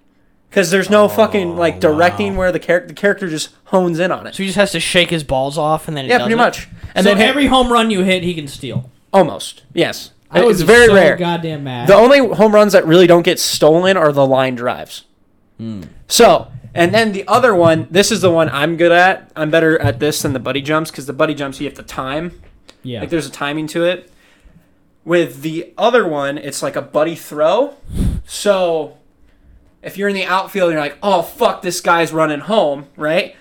Speaker 1: Because there's no fucking like directing where the character the character just hones in on it.
Speaker 3: So he just has to shake his balls off and then it
Speaker 1: yeah,
Speaker 3: does
Speaker 1: pretty
Speaker 3: it?
Speaker 1: much. And
Speaker 8: so
Speaker 1: then
Speaker 8: every home run you hit, he can steal.
Speaker 1: almost yes,
Speaker 8: I would
Speaker 1: it's
Speaker 8: be
Speaker 1: very
Speaker 8: so
Speaker 1: rare.
Speaker 8: Goddamn mad.
Speaker 1: The only home runs that really don't get stolen are the line drives.
Speaker 8: Hmm.
Speaker 1: So, and then the other one, this is the one I'm good at. I'm better at this than the buddy jumps because the buddy jumps you have to time.
Speaker 8: yeah.
Speaker 1: Like there's a timing to it. With the other one, it's like a buddy throw. So if you're in the outfield and you're like, oh fuck, this guy's running home, right?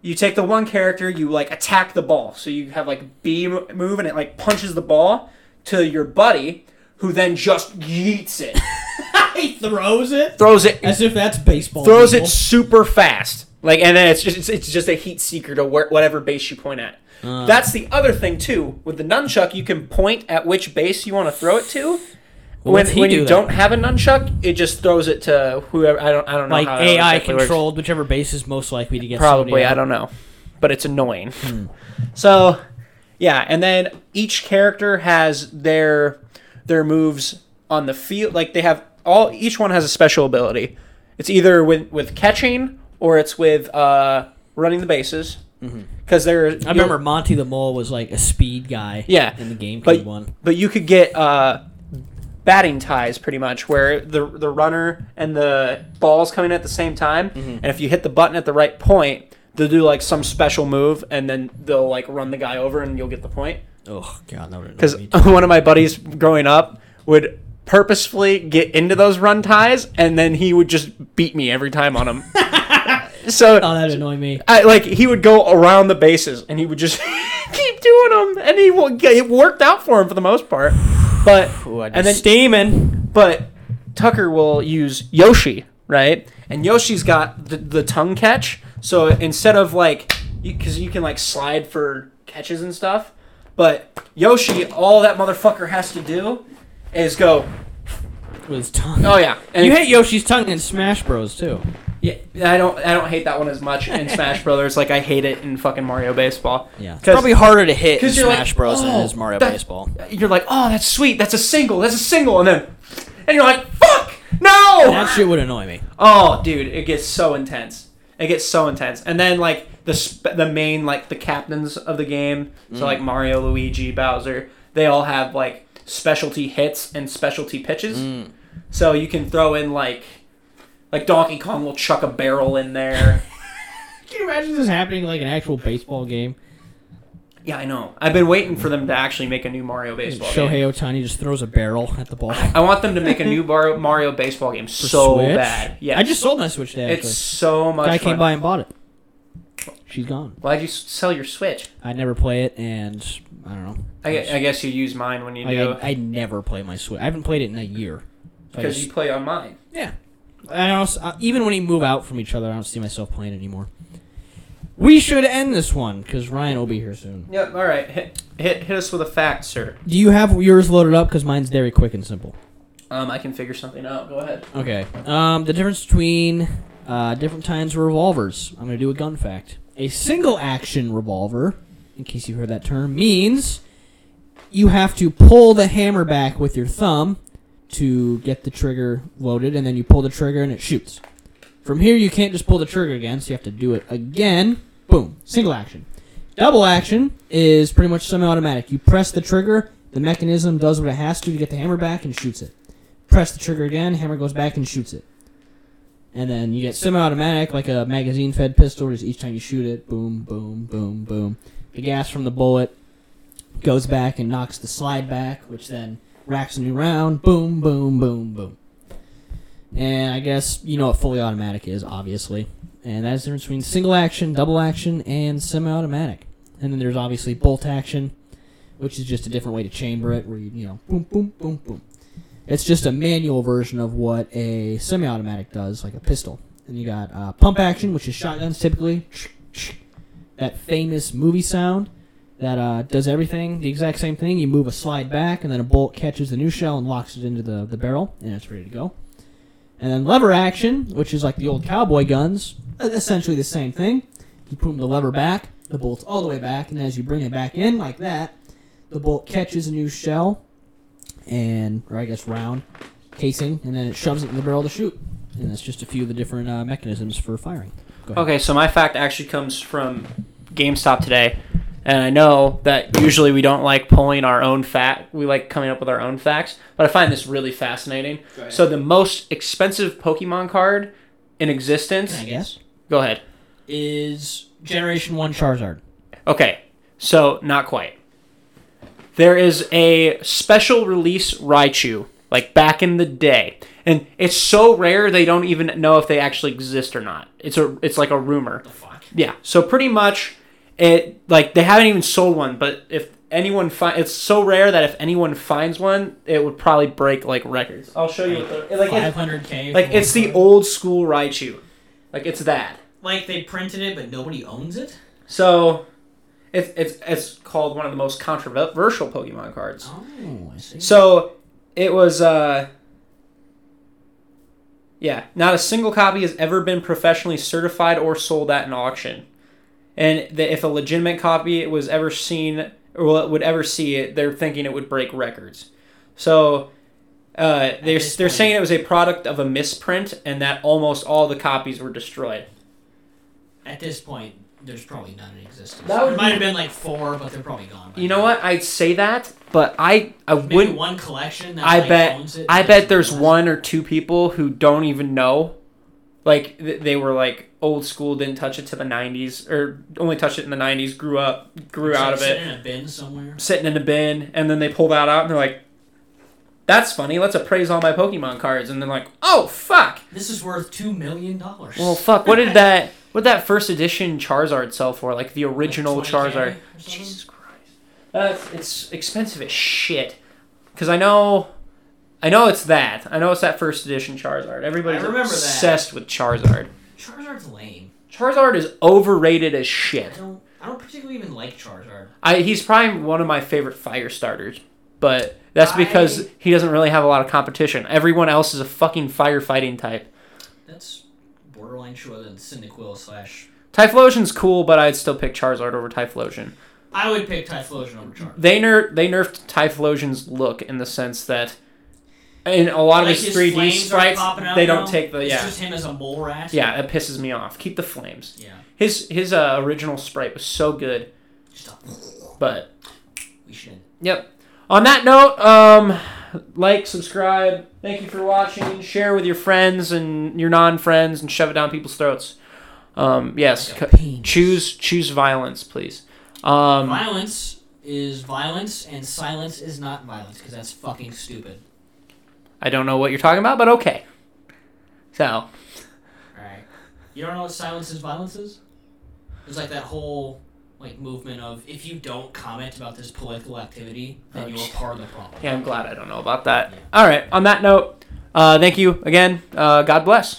Speaker 1: You take the one character, you like attack the ball. So you have like B mo- move and it like punches the ball to your buddy, who then just yeets it.
Speaker 8: he throws it
Speaker 1: throws it
Speaker 8: as if that's baseball.
Speaker 1: throws
Speaker 8: people.
Speaker 1: it super fast. Like, and then it's just it's, it's just a heat seeker to where, whatever base you point at. That's the other thing too. With the nunchuck, you can point at which base you want to throw it to. when
Speaker 3: what's he
Speaker 1: when you
Speaker 3: do
Speaker 1: don't
Speaker 3: then?
Speaker 1: have a nunchuck, it just throws it to whoever. I don't I don't know.
Speaker 8: like
Speaker 1: how that
Speaker 8: AI
Speaker 1: exactly works.
Speaker 8: controlled, whichever base is most likely to get.
Speaker 1: Probably
Speaker 8: somebody
Speaker 1: I
Speaker 8: out.
Speaker 1: don't know, but it's annoying. Hmm. So, yeah, and then each character has their their moves on the field. Like they have all each one has a special ability. It's either with with catching or it's with uh, running the bases. Because there,
Speaker 8: Mm-hmm. I remember Monty the Mole was like a speed guy.
Speaker 1: Yeah,
Speaker 8: in the GameCube
Speaker 1: but,
Speaker 8: one.
Speaker 1: But you could get uh, batting ties pretty much, where the the runner and the ball's coming at the same time, and if you hit the button at the right point, they'll do like some special move, and then they'll like run the guy over, and you'll get the point.
Speaker 8: Oh god, that would
Speaker 1: Because
Speaker 8: annoy me.
Speaker 1: one of my buddies growing up would purposefully get into those run ties, and then he would just beat me every time on them. so
Speaker 8: Oh, that annoy me.
Speaker 1: I, like he would go around the bases and he would just keep doing them, and he wa- it worked out for him for the most part. But and then
Speaker 3: steaming.
Speaker 1: but Tucker will use Yoshi right, and Yoshi's got the, the tongue catch. So instead of like because you can like slide for catches and stuff, but Yoshi, all that motherfucker has to do is go.
Speaker 8: With his tongue.
Speaker 1: Oh yeah, and
Speaker 8: you hit Yoshi's tongue in Smash Bros too.
Speaker 1: Yeah, I don't I don't hate that one as much in Smash Brothers. Like I hate it in fucking Mario Baseball.
Speaker 8: Yeah.
Speaker 1: Because-
Speaker 3: Probably harder to hit in
Speaker 1: 'Cause you're like,
Speaker 3: Smash Bros. than it
Speaker 1: oh,
Speaker 3: is Mario
Speaker 1: that-
Speaker 3: Baseball.
Speaker 1: you're like, oh, that's sweet, that's a single, that's a single, and then, and you're like, fuck, no.
Speaker 8: That shit would annoy me.
Speaker 1: oh, dude, it gets so intense. It gets so intense, and then like the sp- the main like the captains of the game,
Speaker 3: Mm-hmm.
Speaker 1: so like Mario, Luigi, Bowser, they all have like specialty hits and specialty pitches.
Speaker 3: Mm.
Speaker 1: So you can throw in like like Donkey Kong will chuck a barrel in there.
Speaker 3: Can you imagine this happening like an actual baseball game?
Speaker 1: Yeah, I know. I've been waiting for them to actually make a new Mario baseball game.
Speaker 3: Shohei Otani just throws a barrel at the ball.
Speaker 1: I want them to make a new Bar- Mario baseball game
Speaker 3: For
Speaker 1: so
Speaker 3: Switch.
Speaker 1: bad. Yeah,
Speaker 3: I just sold my Switch today.
Speaker 1: it's
Speaker 3: Actually,
Speaker 1: so much
Speaker 3: guy
Speaker 1: fun.
Speaker 3: came by and bought it. She's gone.
Speaker 1: Why'd you s- sell your Switch?
Speaker 3: I never play it, and I don't know.
Speaker 1: I, gue- I guess you use mine when you
Speaker 3: Like,
Speaker 1: do
Speaker 3: I, I never play my Switch. I haven't played it in a year. So I
Speaker 1: because
Speaker 3: just-
Speaker 1: you play on mine.
Speaker 3: yeah. I also, uh, even when you move out from each other, I don't see myself playing anymore. We should end this one because Ryan will be here soon.
Speaker 1: Yep. All right. Hit hit hit us with a fact, sir.
Speaker 3: Do you have yours loaded up? Because mine's very quick and simple.
Speaker 1: Um, I can figure something out. Go ahead.
Speaker 3: Okay. Um, the difference between uh, different times of revolvers. I'm gonna do a gun fact. A single action revolver, in case you've heard that term, means you have to pull the hammer back with your thumb to get the trigger loaded, and then you pull the trigger and it shoots. From here, you can't just pull the trigger again, so you have to do it again. Boom. Single action. Double action is pretty much semi-automatic. You press the trigger, the mechanism does what it has to to get the hammer back and shoots it press the trigger again, hammer goes back and shoots it. And then you get semi-automatic, like a magazine-fed pistol. Just each time you shoot it, boom, boom, boom, boom. The gas from the bullet goes back and knocks the slide back, which then racks a new round. Boom, boom, boom, boom. And I guess you know what fully automatic is, obviously. And that's the difference between single action, double action, and semi-automatic. And then there's obviously bolt action, which is just a different way to chamber it, where you you know boom, boom, boom, boom. It's just a manual version of what a semi-automatic does, like a pistol. And you got uh, pump action, which is shotguns typically. That famous movie sound that uh, does everything the exact same thing. You move a slide back, and then a bolt catches the new shell and locks it into the, the barrel, and it's ready to go. And then lever action, which is like the old cowboy guns, uh, essentially the same thing. You boom the lever back, the bolt's all the way back, and as you bring it back in like that, the bolt catches a new shell, and or I guess round casing, and then it shoves it in the barrel to shoot. And that's just a few of the different uh, mechanisms for firing. Go ahead.
Speaker 1: Okay, so my fact actually comes from GameStop today, and I know that usually we don't like pulling our own fact. We like coming up with our own facts, but I find this really fascinating. So the most expensive Pokemon card in existence.
Speaker 3: I guess
Speaker 1: Go ahead.
Speaker 3: is Generation One Charizard.
Speaker 1: Okay, so not quite. There is a special release Raichu, like back in the day, and it's so rare they don't even know if they actually exist or not. It's a, it's like a rumor. Yeah. So pretty much, it like they haven't even sold one, but if anyone find, it's so rare that if anyone finds one, it would probably break like records. I'll show you. What the, like,
Speaker 3: Five
Speaker 1: it's,
Speaker 3: hundred K.
Speaker 1: like it's the old school Raichu, like it's that.
Speaker 9: Like they printed it, but nobody owns it.
Speaker 1: So, it's it's it's called one of the most controversial Pokemon cards.
Speaker 3: Oh, I see.
Speaker 1: So it was. uh Yeah, not a single copy has ever been professionally certified or sold at an auction, and the, if a legitimate copy was ever seen or would ever see it, they're thinking it would break records. So. Uh, they're,
Speaker 3: this
Speaker 1: they're
Speaker 3: point-
Speaker 1: saying it was a product of a misprint and that almost all the copies were destroyed.
Speaker 3: At this point, there's probably none in existence.
Speaker 1: That would There might be- have
Speaker 3: been like four, but they're probably gone.
Speaker 1: You know what? I'd say that, but I I wouldn't
Speaker 3: one collection.
Speaker 1: I bet I bet there's one or two people who don't even know. Like th- they were like old school, didn't touch it to the '90s, or only touched it in the '90s. Grew up, grew out of it,
Speaker 3: in a bin somewhere.
Speaker 1: sitting in a bin, and then they pull that out and they're like, "That's funny. Let's appraise all my Pokemon cards." And then like, "Oh fuck!
Speaker 3: This is worth two million dollars.
Speaker 1: Well, fuck. What did that? What did that first edition Charizard sell for? Like the original Charizard? Jesus Christ. That's it's expensive as shit. Cause I know, I know it's that. I know it's that first edition Charizard. Everybody's
Speaker 3: I remember that.
Speaker 1: obsessed with Charizard.
Speaker 3: Charizard's lame.
Speaker 1: Charizard is overrated as shit.
Speaker 3: don't. I don't particularly even like Charizard.
Speaker 1: I he's probably one of my favorite fire starters, but that's because
Speaker 3: I-
Speaker 1: he doesn't really have a lot of competition. Everyone else is a fucking firefighting type.
Speaker 3: That's borderline truer than Cyndaquil slash.
Speaker 1: Typhlosion's cool, but I'd still pick Charizard over Typhlosion.
Speaker 3: I would pick Typhlosion over Charizard.
Speaker 1: they ner- they nerfed Typhlosion's look in the sense that in a lot of his 3D sprites they don't take the yeah
Speaker 3: him as a mole rat.
Speaker 1: yeah that pisses me off. Keep the flames.
Speaker 3: Yeah.
Speaker 1: His his uh, original sprite was so good, but
Speaker 3: we should.
Speaker 1: yep. On that note, um, like, subscribe. Thank you for watching. Share with your friends and your non-friends, and shove it down people's throats. Um, yes,
Speaker 10: Like a
Speaker 1: co-
Speaker 10: penis.
Speaker 1: choose choose violence, please. Um,
Speaker 3: Violence is violence, and silence is not violence because that's fucking stupid.
Speaker 1: I don't know what you're talking about, but okay. So
Speaker 3: All right. You don't know what silence is violence is? There's like that whole like movement of if you don't comment about this political activity, then
Speaker 1: Oh,
Speaker 3: you are
Speaker 1: shit.
Speaker 3: part of the problem.
Speaker 1: yeah, I'm glad I don't know about that. All right. On that note, uh, thank you again. Uh, God bless.